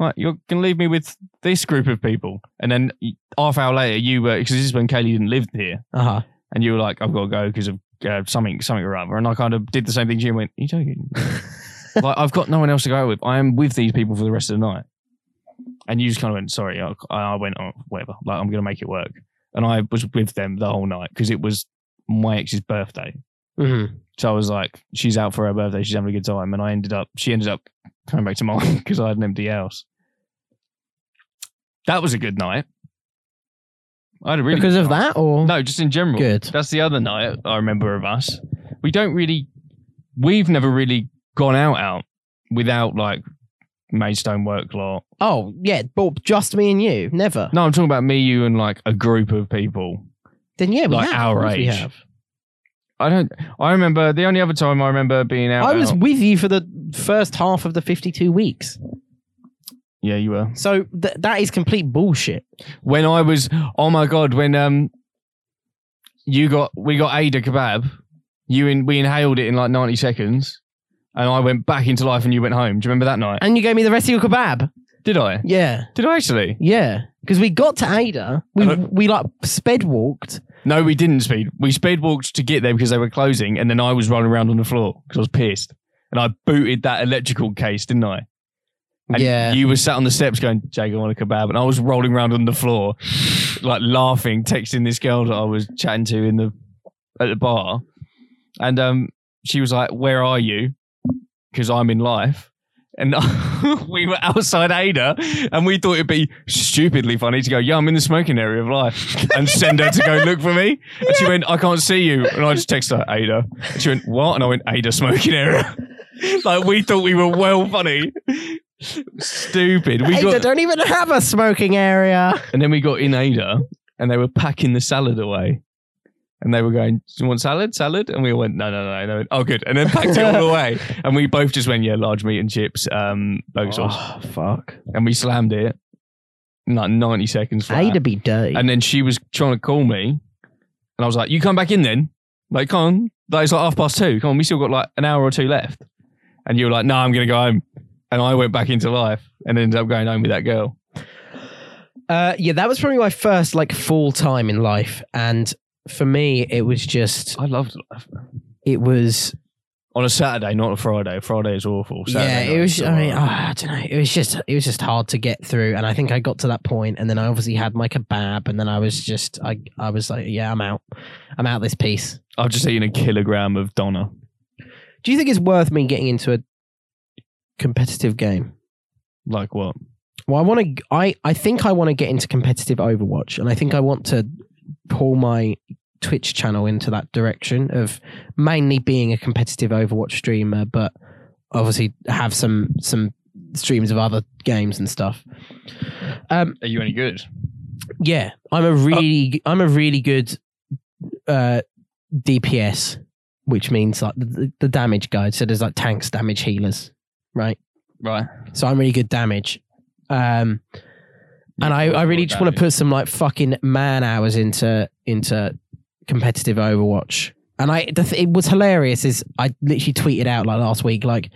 Speaker 2: Like, you're going to leave me with this group of people. And then half hour later, you were, because this is when Kaylee didn't live here
Speaker 1: Uh huh.
Speaker 2: and you were like, "I've got to go because of uh, something, something or other." And I kind of did the same thing. to you and went, "You
Speaker 1: [LAUGHS]
Speaker 2: joking? like, I've got no one else to go out with. I am with these people for the rest of the night." and you just kind of went, sorry, I, I went, oh, whatever, like I'm gonna make it work. And I was with them the whole night because it was my ex's birthday.
Speaker 1: Mm-hmm.
Speaker 2: So I was like, she's out for her birthday, she's having a good time. And I ended up, she ended up coming back to [LAUGHS] mine because I had an empty house. That was a good night. I had a really
Speaker 1: Because
Speaker 2: good
Speaker 1: of
Speaker 2: night.
Speaker 1: that, or
Speaker 2: No, just in general.
Speaker 1: good?
Speaker 2: That's the other night I remember of us. We don't really, we've never really gone out out without like Maidstone work lot.
Speaker 1: Oh yeah, but just me and you, never.
Speaker 2: No, I'm talking about me, you, and like a group of people.
Speaker 1: Then yeah, we
Speaker 2: Like
Speaker 1: have.
Speaker 2: our
Speaker 1: Of course We
Speaker 2: age.
Speaker 1: have.
Speaker 2: I don't. I remember the only other time I remember being out.
Speaker 1: I was
Speaker 2: out-
Speaker 1: with you for the first half of the fifty-two weeks,
Speaker 2: Yeah, you were.
Speaker 1: so th- that is complete bullshit.
Speaker 2: When I was. Oh my god! When um, you got we got Ada kebab. You and we inhaled it in like 90 seconds, and I went back into life, and you went home. Do you remember that night?
Speaker 1: And you gave me the rest of your kebab.
Speaker 2: Did I?
Speaker 1: Yeah,
Speaker 2: Did I actually?
Speaker 1: yeah. Because we got to Ada, we
Speaker 2: I
Speaker 1: we like sped walked.
Speaker 2: No, we didn't speed. We speed walked to get there because they were closing, and then I was rolling around on the floor because I was pissed, and I booted that electrical case, didn't I? And
Speaker 1: Yeah.
Speaker 2: You were sat on the steps going, "Jake, I want a kebab," and I was rolling around on the floor, like laughing, texting this girl that I was chatting to in the at the bar, and um, she was like, "Where are you?" Because I'm in life. And [LAUGHS] we were outside Ada, and we thought it'd be stupidly funny to go, "Yeah, I'm in the smoking area of life," and send her to go look for me. And she went, "I can't see you," and I just texted her, "Ada." And she went, "What?" And I went, "Ada smoking area." [LAUGHS] like we thought we were well funny, stupid. We
Speaker 1: Ada
Speaker 2: got,
Speaker 1: don't even have a smoking area.
Speaker 2: and then we got in Ada, and they were packing the salad away. And they were going, Do you want salad? Salad? And we all went, No, no, no. And they went, Oh, good. And then packed it [LAUGHS] all away. And we both just went, Yeah, large meat and chips, um, burger sauce.
Speaker 1: Oh, fuck.
Speaker 2: And we slammed it in like 90 seconds. Flat.
Speaker 1: Ada be dirty.
Speaker 2: And then she was trying to call me. And I was like, You come back in then? Like, come on. Like, it's like half past two. Come on. We still got like an hour or two left. And you were like, No, I'm going to go home. And I went back into life and ended up going home with that girl.
Speaker 1: Uh, yeah, that was probably my first like full time in life, and for me, it was just
Speaker 2: I loved life.
Speaker 1: it was
Speaker 2: on a Saturday, not a Friday. Friday is awful. Saturday
Speaker 1: yeah, it was.
Speaker 2: night's
Speaker 1: I mean,
Speaker 2: alright.
Speaker 1: ah, I don't know. It was just it was just hard to get through, and I think I got to that point, and then I obviously had my kebab, and then I was just I I was like, yeah, I'm out, I'm out this piece.
Speaker 2: I've just eaten a kilogram of Donna.
Speaker 1: Do you think it's worth me getting into a competitive game?
Speaker 2: Like what?
Speaker 1: Well, I want to. I I think I want to get into competitive Overwatch, and I think I want to pull my Twitch channel into that direction of mainly being a competitive Overwatch streamer, but obviously have some some streams of other games and stuff. Um,
Speaker 2: Are you any good?
Speaker 1: yeah, I'm a really I'm a really good uh, DPS, which means like the, the damage guide. So there's like tanks, damage healers, right?
Speaker 2: Right.
Speaker 1: So I'm really good damage. Um, and I, I really just want to put some like fucking man hours into into competitive Overwatch. And I, the th- it was hilarious. Is I literally tweeted out like last week, like,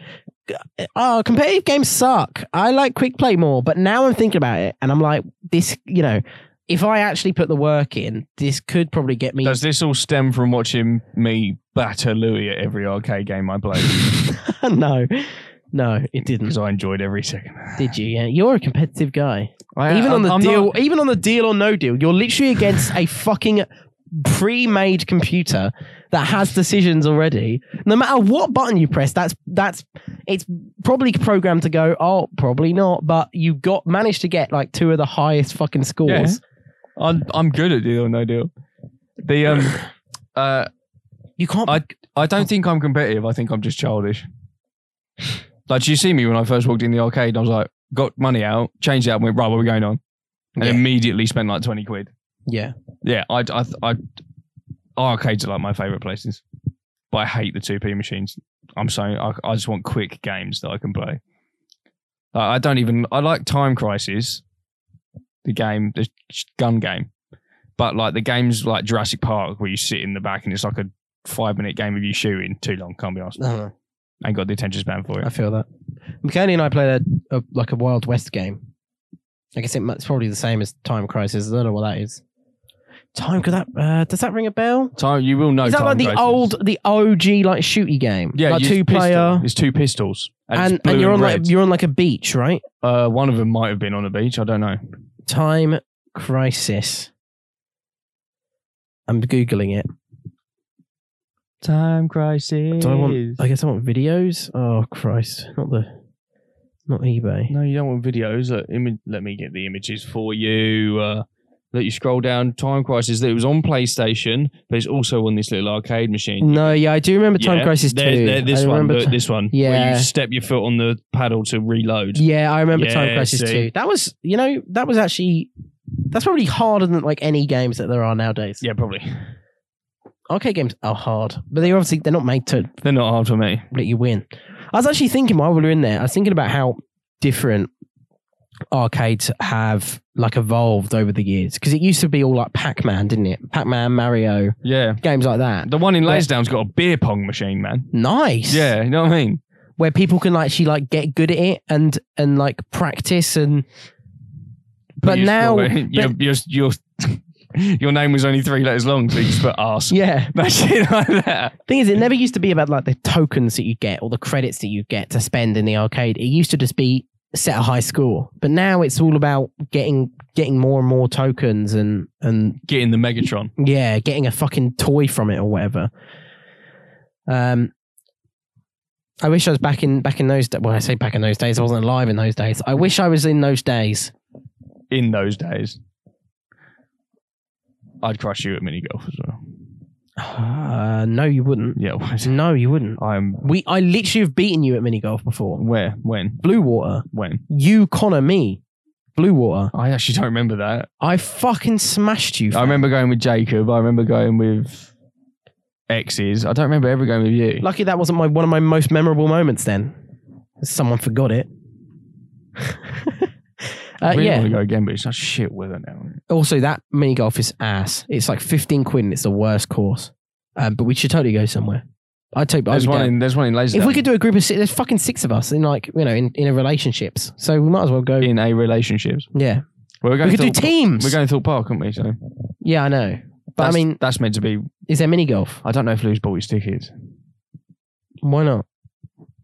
Speaker 1: "Oh, competitive games suck. I like quick play more." But now I'm thinking about it, and I'm like, this, you know, if I actually put the work in, this could probably get me.
Speaker 2: Does this all stem from watching me batter Louis at every arcade game I
Speaker 1: [LAUGHS]
Speaker 2: played?
Speaker 1: [LAUGHS] no, no, it didn't.
Speaker 2: Because I enjoyed every second.
Speaker 1: Did you? Yeah, you're a competitive guy.
Speaker 2: I, uh,
Speaker 1: even on
Speaker 2: I'm-
Speaker 1: the
Speaker 2: I'm
Speaker 1: deal,
Speaker 2: not-
Speaker 1: even on the deal or no deal, you're literally against a fucking pre-made computer that has decisions already. No matter what button you press, that's that's it's probably programmed to go. Oh, probably not. But you got managed to get like two of the highest fucking scores.
Speaker 2: Yeah. I'm I'm good at deal or no deal. The
Speaker 1: [LAUGHS]
Speaker 2: um uh
Speaker 1: You can't.
Speaker 2: I I don't think I'm competitive. I think I'm just childish. Like you see me when I first walked in the arcade, I was like, got money out, changed it out, and went right. What are we going on? And
Speaker 1: Yeah.
Speaker 2: immediately spent like twenty quid.
Speaker 1: yeah.
Speaker 2: Yeah, I, I, I, arcades are like my favorite places, but I hate the two P machines. I'm saying I, I just want quick games that I can play. I, I don't even I like Time Crisis, the game, the sh- gun game, but like the games like Jurassic Park where you sit in the back and it's like a five minute game of you shooting. Too long, can't be asked.
Speaker 1: I don't know.
Speaker 2: Ain't got the attention span for
Speaker 1: I
Speaker 2: it.
Speaker 1: feel that. McKenny and I played a, a like a Wild West game. I guess it mu- it's probably the same as Time Crisis. I don't know what that is. Time could that uh, does that ring a bell?
Speaker 2: Time you will know.
Speaker 1: Is that
Speaker 2: Oh, time
Speaker 1: like the
Speaker 2: crisis.
Speaker 1: old the OG like shooty game?
Speaker 2: Yeah,
Speaker 1: like
Speaker 2: you-
Speaker 1: two player.
Speaker 2: pistol. It's two pistols, and
Speaker 1: And,
Speaker 2: it's blue
Speaker 1: and you're on
Speaker 2: red.
Speaker 1: like you're on like a beach, right?
Speaker 2: Uh, one of them might have been on a beach. I don't know.
Speaker 1: Time crisis. I'm googling it.
Speaker 2: Time crisis.
Speaker 1: Do I want? I guess I want videos. Oh Christ! Not the, not eBay.
Speaker 2: No, you don't want videos. Uh, imi- let me get the images for you. Uh, let you scroll down. Time Crisis. It was on PlayStation, but it's also on this little arcade machine.
Speaker 1: No, yeah, I do remember Time
Speaker 2: Yeah,
Speaker 1: Crisis Two.
Speaker 2: there- there- this
Speaker 1: I
Speaker 2: one.
Speaker 1: remember
Speaker 2: look,
Speaker 1: Ti-
Speaker 2: this one. Where
Speaker 1: Yeah.
Speaker 2: you step your foot on the paddle to reload.
Speaker 1: yeah, I remember Time
Speaker 2: Yeah,
Speaker 1: Crisis
Speaker 2: see.
Speaker 1: Two. That was, you know, that was actually, that's probably harder than like any games that there are nowadays.
Speaker 2: Yeah, probably.
Speaker 1: Arcade games are hard, but they're obviously they're not made to
Speaker 2: They're not hard for me.
Speaker 1: let you win. I was actually thinking while we were in there, I was thinking about how different arcades have like evolved over the years because it used to be all like Pac-Man, didn't it? Pac-Man, Mario,
Speaker 2: Yeah.
Speaker 1: games like that.
Speaker 2: The one in
Speaker 1: But-
Speaker 2: Lansdowne's got a beer pong machine, man.
Speaker 1: Nice.
Speaker 2: Yeah, you know what I mean?
Speaker 1: where people can like actually like get good at it and and like practice and But
Speaker 2: you just
Speaker 1: now-
Speaker 2: call
Speaker 1: [LAUGHS]
Speaker 2: it- your, your, your, [LAUGHS] your name was only three letters long, so
Speaker 1: [LAUGHS]
Speaker 2: you just put arse.
Speaker 1: yeah
Speaker 2: That shit like that.
Speaker 1: thing is it never used to be about like the tokens that you get or the credits that you get to spend in the arcade it used to just be set a high score but now it's all about getting getting more and more tokens and and
Speaker 2: Getting the Megatron.
Speaker 1: yeah getting a fucking toy from it or whatever um I wish I was back in back in those days. Well, I say back in those days. I wasn't alive in those days. I wish I was in those days. [SIGHS]
Speaker 2: in those days. I'd crush you at mini golf as well.
Speaker 1: Uh, no, you wouldn't.
Speaker 2: Yeah, [LAUGHS] what?
Speaker 1: No, you wouldn't.
Speaker 2: I'm
Speaker 1: We, I literally have beaten you at mini golf before.
Speaker 2: where, when,
Speaker 1: Blue water.
Speaker 2: when?
Speaker 1: You Connor me. Blue water.
Speaker 2: I actually don't remember that.
Speaker 1: I fucking smashed you.
Speaker 2: I
Speaker 1: fam.
Speaker 2: remember going with Jacob. I remember going with exes. I don't remember ever going with you.
Speaker 1: Lucky that wasn't my one of my most memorable moments. Then someone forgot it. [LAUGHS]
Speaker 2: I
Speaker 1: uh,
Speaker 2: really want
Speaker 1: yeah.
Speaker 2: to go again, but it's not shit weather now.
Speaker 1: Also, that mini golf is ass. It's like fifteen quid. and It's the worst course. Um, but we should totally go somewhere. I'd take. I'd
Speaker 2: There's
Speaker 1: be
Speaker 2: one
Speaker 1: down.
Speaker 2: in there's one in Laser
Speaker 1: if we could do a group of six, there's fucking six of us in like you know in, in a relationships. So we might as well go.
Speaker 2: in a relationships.
Speaker 1: yeah,
Speaker 2: Well, we're
Speaker 1: we
Speaker 2: going
Speaker 1: could
Speaker 2: to
Speaker 1: do
Speaker 2: Thorpe-
Speaker 1: teams.
Speaker 2: We're going to Thorpe Park, aren't we? So,
Speaker 1: Yeah, I know. But I
Speaker 2: that's-
Speaker 1: mean,
Speaker 2: that's meant to be.
Speaker 1: is there mini golf?
Speaker 2: I don't know if Lou's bought his tickets.
Speaker 1: Why not?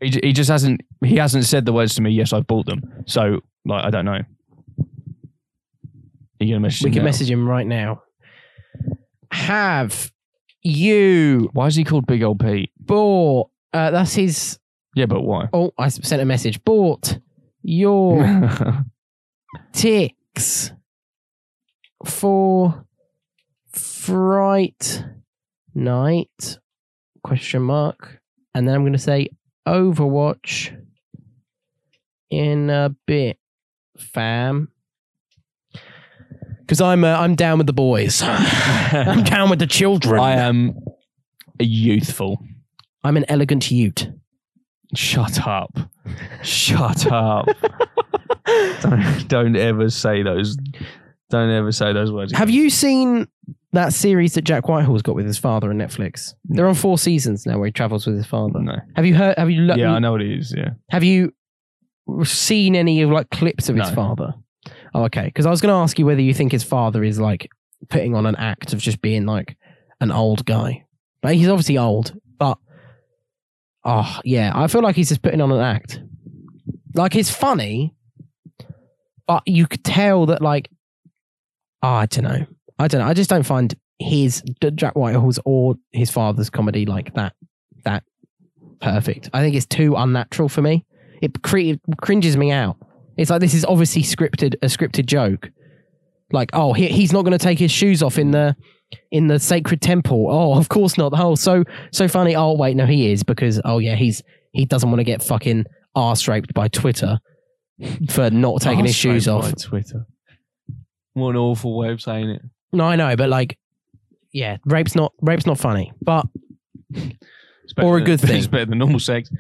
Speaker 2: He, j- he just hasn't. He hasn't said the words to me. Yes, I've bought them. So, like, I don't know. You gonna message?
Speaker 1: We
Speaker 2: him
Speaker 1: can
Speaker 2: now?
Speaker 1: message him right now. Have you
Speaker 2: Why is he called Big Old Pete?
Speaker 1: bought? Uh, that's his.
Speaker 2: Yeah, but why?
Speaker 1: Oh, I s- sent a message. Bought your
Speaker 2: Oh.
Speaker 1: ticks for fright night? Question mark. And then I'm going to say Overwatch in a bit, fam. Because I'm uh, I'm down with the boys. [SIGHS] I'm
Speaker 2: [LAUGHS] I
Speaker 1: down with the children.
Speaker 2: am a youthful.
Speaker 1: I'm an elegant ute.
Speaker 2: Shut up. Shut up. [LAUGHS] don't, don't ever say those. Don't ever say those words.
Speaker 1: Have you seen that series that Jack Whitehall's got with his father on Netflix? They're on four seasons now, where he travels with his father.
Speaker 2: No.
Speaker 1: Have you heard? Have you looked?
Speaker 2: Yeah, I know what it is. Yeah.
Speaker 1: Have you seen any of like clips of his
Speaker 2: No.
Speaker 1: father? Oh, okay. Because I was going to ask you whether you think his father is like putting on an act of just being like an old guy, but he's obviously old. But oh yeah, I feel like he's just putting on an act. Like it's funny, but you could tell that like oh, I don't know, I don't know. I just don't find his Jack Whitehall's or his father's comedy like that that perfect. I think it's too unnatural for me. It cre- cringes me out. It's like this is obviously scripted a scripted joke. Like, oh, he, he's not going to take his shoes off in the in the sacred temple. Oh, of course not. Oh, so so funny. Oh, wait, no, he is because oh yeah, he's he doesn't want to get fucking arse raped by Twitter for not taking his shoes off.
Speaker 2: Twitter. What an awful way of saying it.
Speaker 1: No, I know, but like, yeah, rape's not rape's not funny, but
Speaker 2: It's better
Speaker 1: Or a
Speaker 2: than-
Speaker 1: good thing.
Speaker 2: [LAUGHS] It's better than normal sex.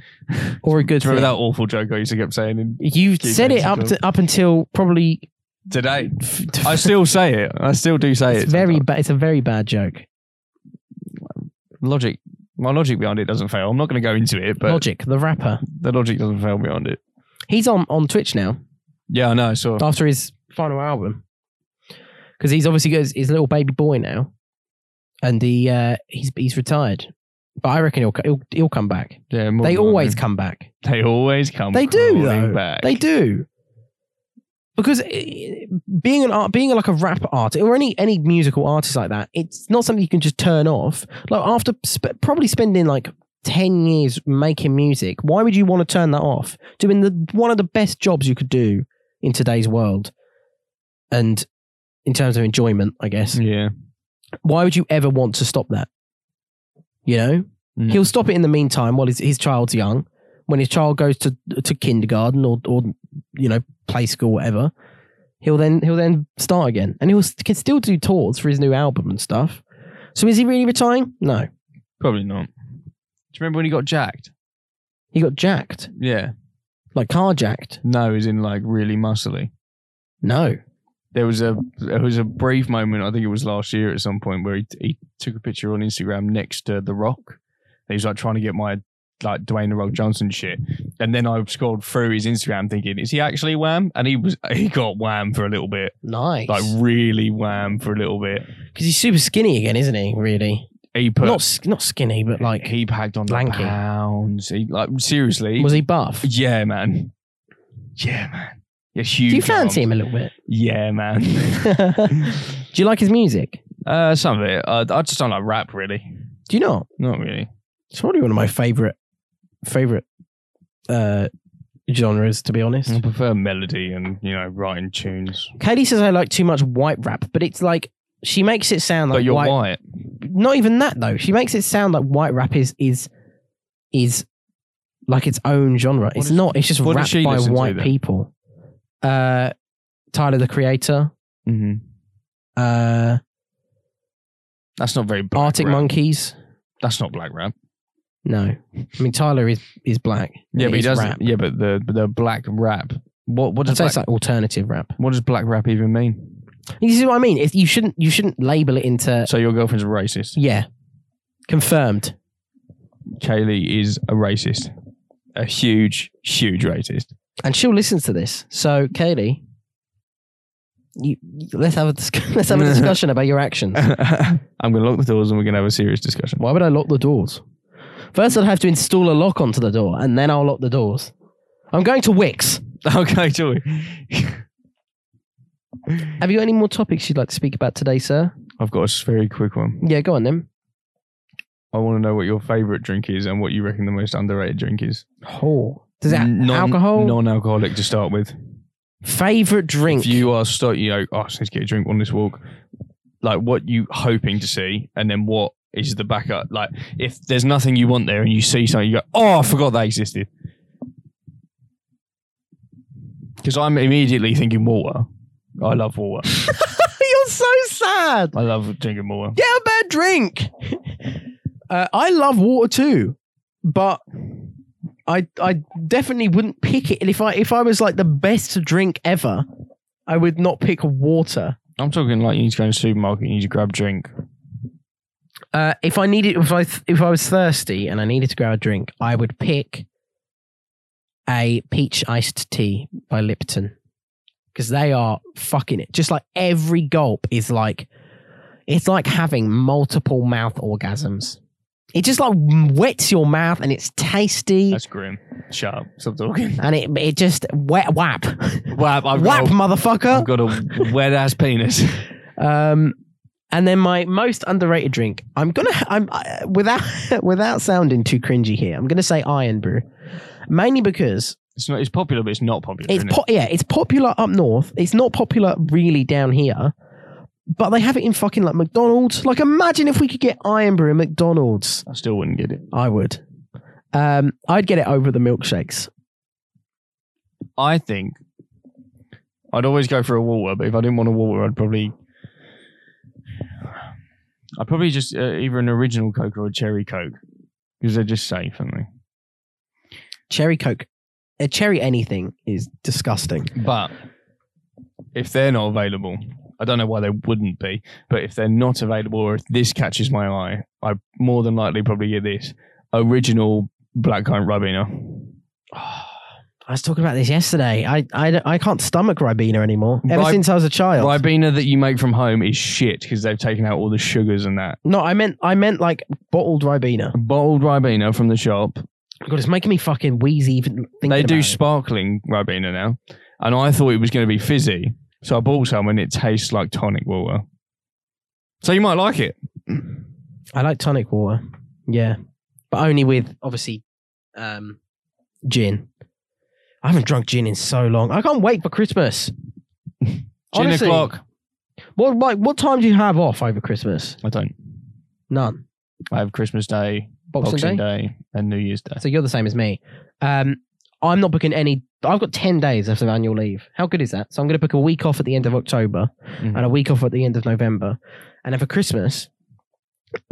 Speaker 1: or a good
Speaker 2: Do you remember
Speaker 1: thing.
Speaker 2: that awful joke I used to keep saying in-
Speaker 1: You
Speaker 2: Keep
Speaker 1: said it
Speaker 2: dancing
Speaker 1: up
Speaker 2: club.
Speaker 1: to, up until probably.
Speaker 2: today? I still say it. I still do say it.
Speaker 1: it's very
Speaker 2: sometimes.
Speaker 1: bad. It's a very bad joke.
Speaker 2: logic. My logic behind it doesn't fail. I'm not going to go into it, but
Speaker 1: Logic, the rapper,
Speaker 2: the logic doesn't fail behind it.
Speaker 1: he's on on Twitch now
Speaker 2: Yeah, I know. I saw.
Speaker 1: after his final album. because he's obviously got his, his little baby boy now, and he uh, he's he's retired. But I reckon he'll co- he'll, he'll come back.
Speaker 2: Yeah, more
Speaker 1: They
Speaker 2: than
Speaker 1: always
Speaker 2: likely.
Speaker 1: come back.
Speaker 2: They always come.
Speaker 1: They do,
Speaker 2: crawling
Speaker 1: though.
Speaker 2: Back.
Speaker 1: They do. Because eh, being an art, being like a rap artist or any any musical artist like that, it's not something you can just turn off. Like after sp- probably spending like ten years making music, why would you want to turn that off? Doing the one of the best jobs you could do in today's world, and in terms of enjoyment, I guess.
Speaker 2: Yeah.
Speaker 1: Why would you ever want to stop that? You know,
Speaker 2: Mm.
Speaker 1: he'll stop it in the meantime while his, his child's young. When his child goes to to kindergarten or or you know play school, whatever, he'll then he'll then start again, and he'll s- can still do tours for his new album and stuff. So is he really retiring? No,
Speaker 2: Probably not. Do you remember when he got jacked?
Speaker 1: he got jacked,
Speaker 2: Yeah.
Speaker 1: like carjacked.
Speaker 2: No, he's in like really muscly.
Speaker 1: No,
Speaker 2: There was a there was a brief moment. I think it was last year at some point where he, he took a picture on Instagram next to The Rock. And he's like trying to get my like Dwayne The Rock Johnson shit. And then I scrolled through his Instagram thinking, is he actually wham? And he was he got wham for a little bit,
Speaker 1: nice.
Speaker 2: like
Speaker 1: Because
Speaker 2: really wham for a little bit.
Speaker 1: he's super skinny again, isn't he? Really,
Speaker 2: He put
Speaker 1: not s- not skinny, but like,
Speaker 2: he packed on the
Speaker 1: lanky.
Speaker 2: pounds. He like seriously,
Speaker 1: was he buff?
Speaker 2: yeah, man, yeah, man. Yeah, huge.
Speaker 1: Do you fancy him
Speaker 2: arms.
Speaker 1: a
Speaker 2: [LAUGHS]
Speaker 1: little bit? [LAUGHS]
Speaker 2: Yeah, man. [LAUGHS]
Speaker 1: do you like his music?
Speaker 2: uh, some of it. Uh, I just don't like rap, really.
Speaker 1: Do you not?
Speaker 2: Not really.
Speaker 1: It's probably one of my favorite favorite uh, genres, to be honest.
Speaker 2: I prefer melody and you know writing tunes.
Speaker 1: Katie says I like too much white rap, but it's like she makes it sound
Speaker 2: but
Speaker 1: like
Speaker 2: you're
Speaker 1: white.
Speaker 2: white.
Speaker 1: Not even that though. She makes it sound like white rap is is is like its own genre. it's
Speaker 2: does-
Speaker 1: not. It's just
Speaker 2: what does
Speaker 1: rap
Speaker 2: she
Speaker 1: by
Speaker 2: listen to
Speaker 1: white
Speaker 2: then?
Speaker 1: people. Uh, Tyler the Creator,
Speaker 2: Mm-hmm.
Speaker 1: uh,
Speaker 2: That's not very black
Speaker 1: Arctic
Speaker 2: rap.
Speaker 1: Monkeys.
Speaker 2: That's not black rap.
Speaker 1: No, I mean Tyler is is black.
Speaker 2: Yeah,
Speaker 1: It
Speaker 2: but he
Speaker 1: is
Speaker 2: does.
Speaker 1: Rap.
Speaker 2: Yeah, but the the black rap. What what
Speaker 1: I'd
Speaker 2: does
Speaker 1: say
Speaker 2: black,
Speaker 1: it's like alternative rap.
Speaker 2: what does black rap even mean?
Speaker 1: You see what I mean? It's, you shouldn't you shouldn't label it into
Speaker 2: So your girlfriend's a racist.
Speaker 1: yeah. Confirmed.
Speaker 2: Kaylee is a racist, a huge
Speaker 1: [LAUGHS]
Speaker 2: huge racist.
Speaker 1: And she'll listen to this. So, Katie, you, you- let's have a disc- [LAUGHS] let's have
Speaker 2: [LAUGHS]
Speaker 1: a discussion about your actions.
Speaker 2: I'm going to lock the doors and we're going to have a serious discussion.
Speaker 1: Why would I [LAUGHS] lock the doors? First, I'd have to install a lock onto the door, and then I'll lock the doors. I'm going to Wix.
Speaker 2: Okay, Joey.
Speaker 1: Have you got any more topics you'd like to speak about today, sir?
Speaker 2: [LAUGHS] I've got a s- very quick one.
Speaker 1: Yeah, go on then.
Speaker 2: I want to know what your favourite drink is and what you reckon the most underrated drink is.
Speaker 1: Oh, does that
Speaker 2: N- non-
Speaker 1: alcohol?
Speaker 2: Non-alcoholic to start with.
Speaker 1: Favorite drink?
Speaker 2: If you are start, you know, oh, I just need to get a drink on this walk. Like what you hoping to see, and then what is the backup? Like if there's nothing you want there, and you see something, you go, oh, I forgot that existed. Because I'm immediately thinking water. I love water.
Speaker 1: [LAUGHS] You're so sad.
Speaker 2: I love drinking water.
Speaker 1: get a bad drink. [LAUGHS] uh, I love water too, but I I definitely wouldn't pick it. And if I if I was like the best drink ever, I would not pick water.
Speaker 2: I'm talking like you need to go in the supermarket, you need to grab a drink.
Speaker 1: Uh, if I needed if I th- if I was thirsty and I needed to grab a drink, I would pick a peach iced tea by Lipton because they are fucking it. Just like every gulp is like it's like having multiple mouth orgasms. It just like wets your mouth and it's tasty
Speaker 2: That's grim. Shut up. Stop [LAUGHS] talking.
Speaker 1: and it it just wet whap
Speaker 2: Wow, I've,
Speaker 1: whap
Speaker 2: Got a,
Speaker 1: motherfucker.
Speaker 2: I've got a wet ass penis.
Speaker 1: Um, and then my most underrated drink. I'm gonna. I'm uh, without [LAUGHS] without sounding too cringy here. I'm gonna say Iron Brew, mainly because
Speaker 2: It's not. It's popular, but it's not popular.
Speaker 1: it's
Speaker 2: isn't it?
Speaker 1: po- yeah, it's popular up north. It's not popular really down here, but they have it in fucking like McDonald's. Like, imagine if we could get Iron Brew in McDonald's.
Speaker 2: I still wouldn't get it.
Speaker 1: I would. Um, I'd get it over the milkshakes.
Speaker 2: I think I'd always go for a water, but if I didn't want a water, I'd probably. I'd probably just uh, either an original Coke or a cherry Coke because they're just safe, aren't they?
Speaker 1: Cherry Coke, a cherry anything is disgusting.
Speaker 2: But if they're not available, I don't know why they wouldn't be, but if they're not available or if this catches my eye, I more than likely probably get this original black currant ribena.
Speaker 1: I was talking about this yesterday. I, I, I can't stomach Ribena anymore. Ever
Speaker 2: Rib-
Speaker 1: since I was a child.
Speaker 2: Ribena that you make from home is shit because they've taken out all the sugars and that.
Speaker 1: no, I meant I meant like bottled Ribena.
Speaker 2: Bottled Ribena from the shop.
Speaker 1: God, it's making me fucking wheezy even thinking
Speaker 2: they do
Speaker 1: about it.
Speaker 2: sparkling Ribena now, and I thought it was going to be fizzy, so I bought some and it tastes like tonic water. So you might like it.
Speaker 1: I like tonic water. Yeah. But only with obviously um gin. I haven't drunk gin in so long. I can't wait for Christmas.
Speaker 2: [LAUGHS] Gin
Speaker 1: Honestly.
Speaker 2: o'clock.
Speaker 1: What like what time do you have off over Christmas?
Speaker 2: I don't.
Speaker 1: None.
Speaker 2: I have Christmas Day,
Speaker 1: Boxing, day?
Speaker 2: and New Year's Day.
Speaker 1: So you're the same as me. Um I'm not booking any I've got 10 days of annual leave. How good is that? So I'm going to book a week off at the end of October
Speaker 2: Mhm.
Speaker 1: and a week off at the end of November. And then for Christmas,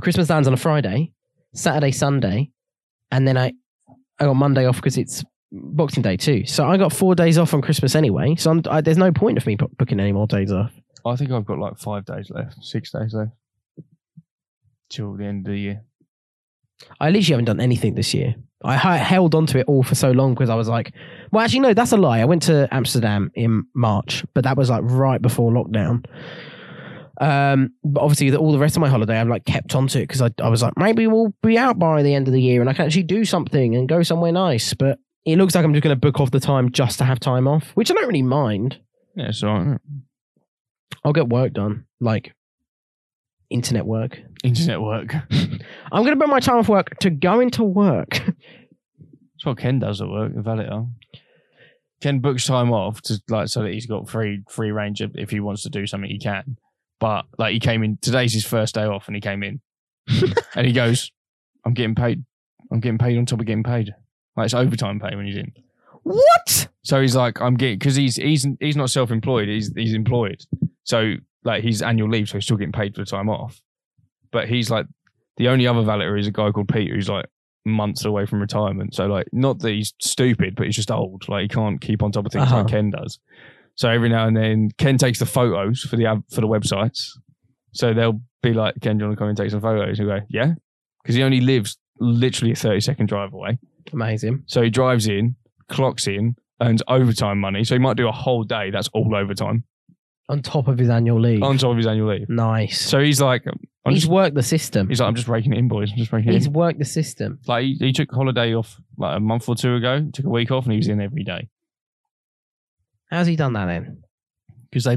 Speaker 1: Christmas lands on a Friday, Saturday, Sunday, and then I I got Monday off because it's Boxing Day too. So I got four days off on Christmas anyway. So I'm, I, there's no point of me bo- booking any more days off.
Speaker 2: I think I've got like five days left, six days left till the end of the year.
Speaker 1: I literally haven't done anything this year. I hi- held on to it all for so long because I was like, well, actually, no, that's a lie. I went to Amsterdam in March, but that was like right before lockdown. Um, but obviously, the, all the rest of my holiday, I've like kept on to it because I, I was like, maybe we'll be out by the end of the year and I can actually do something and go somewhere nice. But it looks like I'm just going to book off the time just to have time off, which I don't really mind.
Speaker 2: Yeah, it's all right.
Speaker 1: I'll get work done, like internet work.
Speaker 2: Internet work. That's
Speaker 1: I'm going to book my time off work to go into work. [LAUGHS]
Speaker 2: what Ken does at work, the valeter. Ken books time off to like so that he's got free free range of if he wants to do something he can. But like he came in today's his first day off and he came in and he goes, I'm getting paid. I'm getting paid on top of getting paid. Like it's overtime pay when he's in.
Speaker 1: what?
Speaker 2: So he's like, I'm getting because he's he's he's not self employed. He's he's employed. So like he's annual leave, so he's still getting paid for the time off. But he's like the only other valeter is a guy called Peter who's like months away from retirement. So like not that he's stupid, but he's just old. Like he can't keep on top of things
Speaker 1: Uh-huh.
Speaker 2: like Ken does. So every now and then Ken takes the photos for the ad- for the websites. So they'll be like, Ken, do you want to come and take some photos? He'll go, yeah. Because he only lives literally a 30 second drive away.
Speaker 1: Amazing.
Speaker 2: So he drives in, clocks in, earns overtime money. So he might do a whole day. That's all overtime
Speaker 1: on top of his annual leave.
Speaker 2: on top of his annual leave.
Speaker 1: nice.
Speaker 2: So he's like, I'm
Speaker 1: he's
Speaker 2: just,
Speaker 1: worked the system. He's,
Speaker 2: he's like, I'm just raking it in, boys. I'm just raking it in.
Speaker 1: worked the system.
Speaker 2: Like he, he took holiday off like a month or two ago, took a week off, and he was in every day
Speaker 1: How's he done that then?
Speaker 2: because they,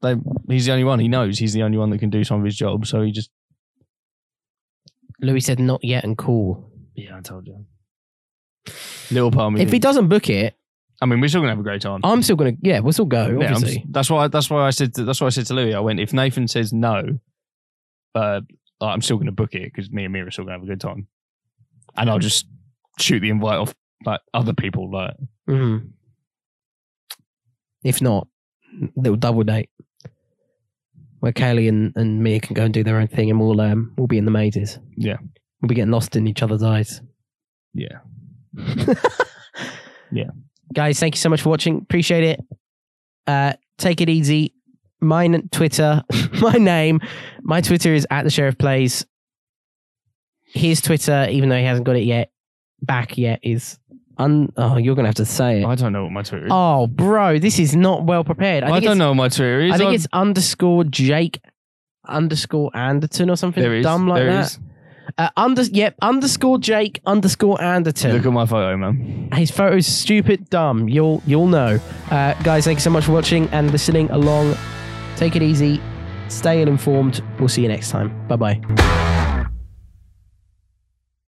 Speaker 2: they, he's the only one he knows. He's the only one that can do some of his job. So he just,
Speaker 1: Louis said not yet and cool.
Speaker 2: yeah, I told you. Little part of me
Speaker 1: If he
Speaker 2: thinks-
Speaker 1: doesn't book it,
Speaker 2: I mean, we're still gonna have a great time.
Speaker 1: I'm still gonna yeah, we'll still go,
Speaker 2: Yeah, I'm-
Speaker 1: obviously.
Speaker 2: that's why. That's why I said. To, that's why I said to Louis. I went. If Nathan says no, uh, I'm still going to book it because me and Mira are still going to have a good time, and I'll just shoot the invite off like other people. Like
Speaker 1: Mhm. If not, little double date. Where Kaylee and, and Mia can go and do their own thing and we'll um we'll be in the mazes.
Speaker 2: Yeah.
Speaker 1: We'll be getting lost in each other's eyes. [LAUGHS]
Speaker 2: Yeah. Yeah.
Speaker 1: Guys, thank you so much for watching. Appreciate it. Uh, take it easy. My n- Twitter, [LAUGHS] my name, my Twitter is at the Sheriff Plays. His Twitter, even though he hasn't got it yet, back yet is un. Oh, you're gonna have to say it.
Speaker 2: I don't know what my Twitter is.
Speaker 1: Oh, bro, this is not well prepared. I,
Speaker 2: I,
Speaker 1: think
Speaker 2: don't
Speaker 1: it's-
Speaker 2: know what my Twitter is.
Speaker 1: I think
Speaker 2: I've-
Speaker 1: it's underscore Jake underscore Anderton or something
Speaker 2: there is
Speaker 1: dumb like
Speaker 2: there
Speaker 1: that.
Speaker 2: is.
Speaker 1: Uh, under yep underscore Jake underscore Anderton.
Speaker 2: Look at my photo, man.
Speaker 1: His photo's stupid dumb. You'll you'll know. Uh, guys, thank you so much for watching and listening along. Take it easy. Stay informed. We'll see you next time. Bye bye.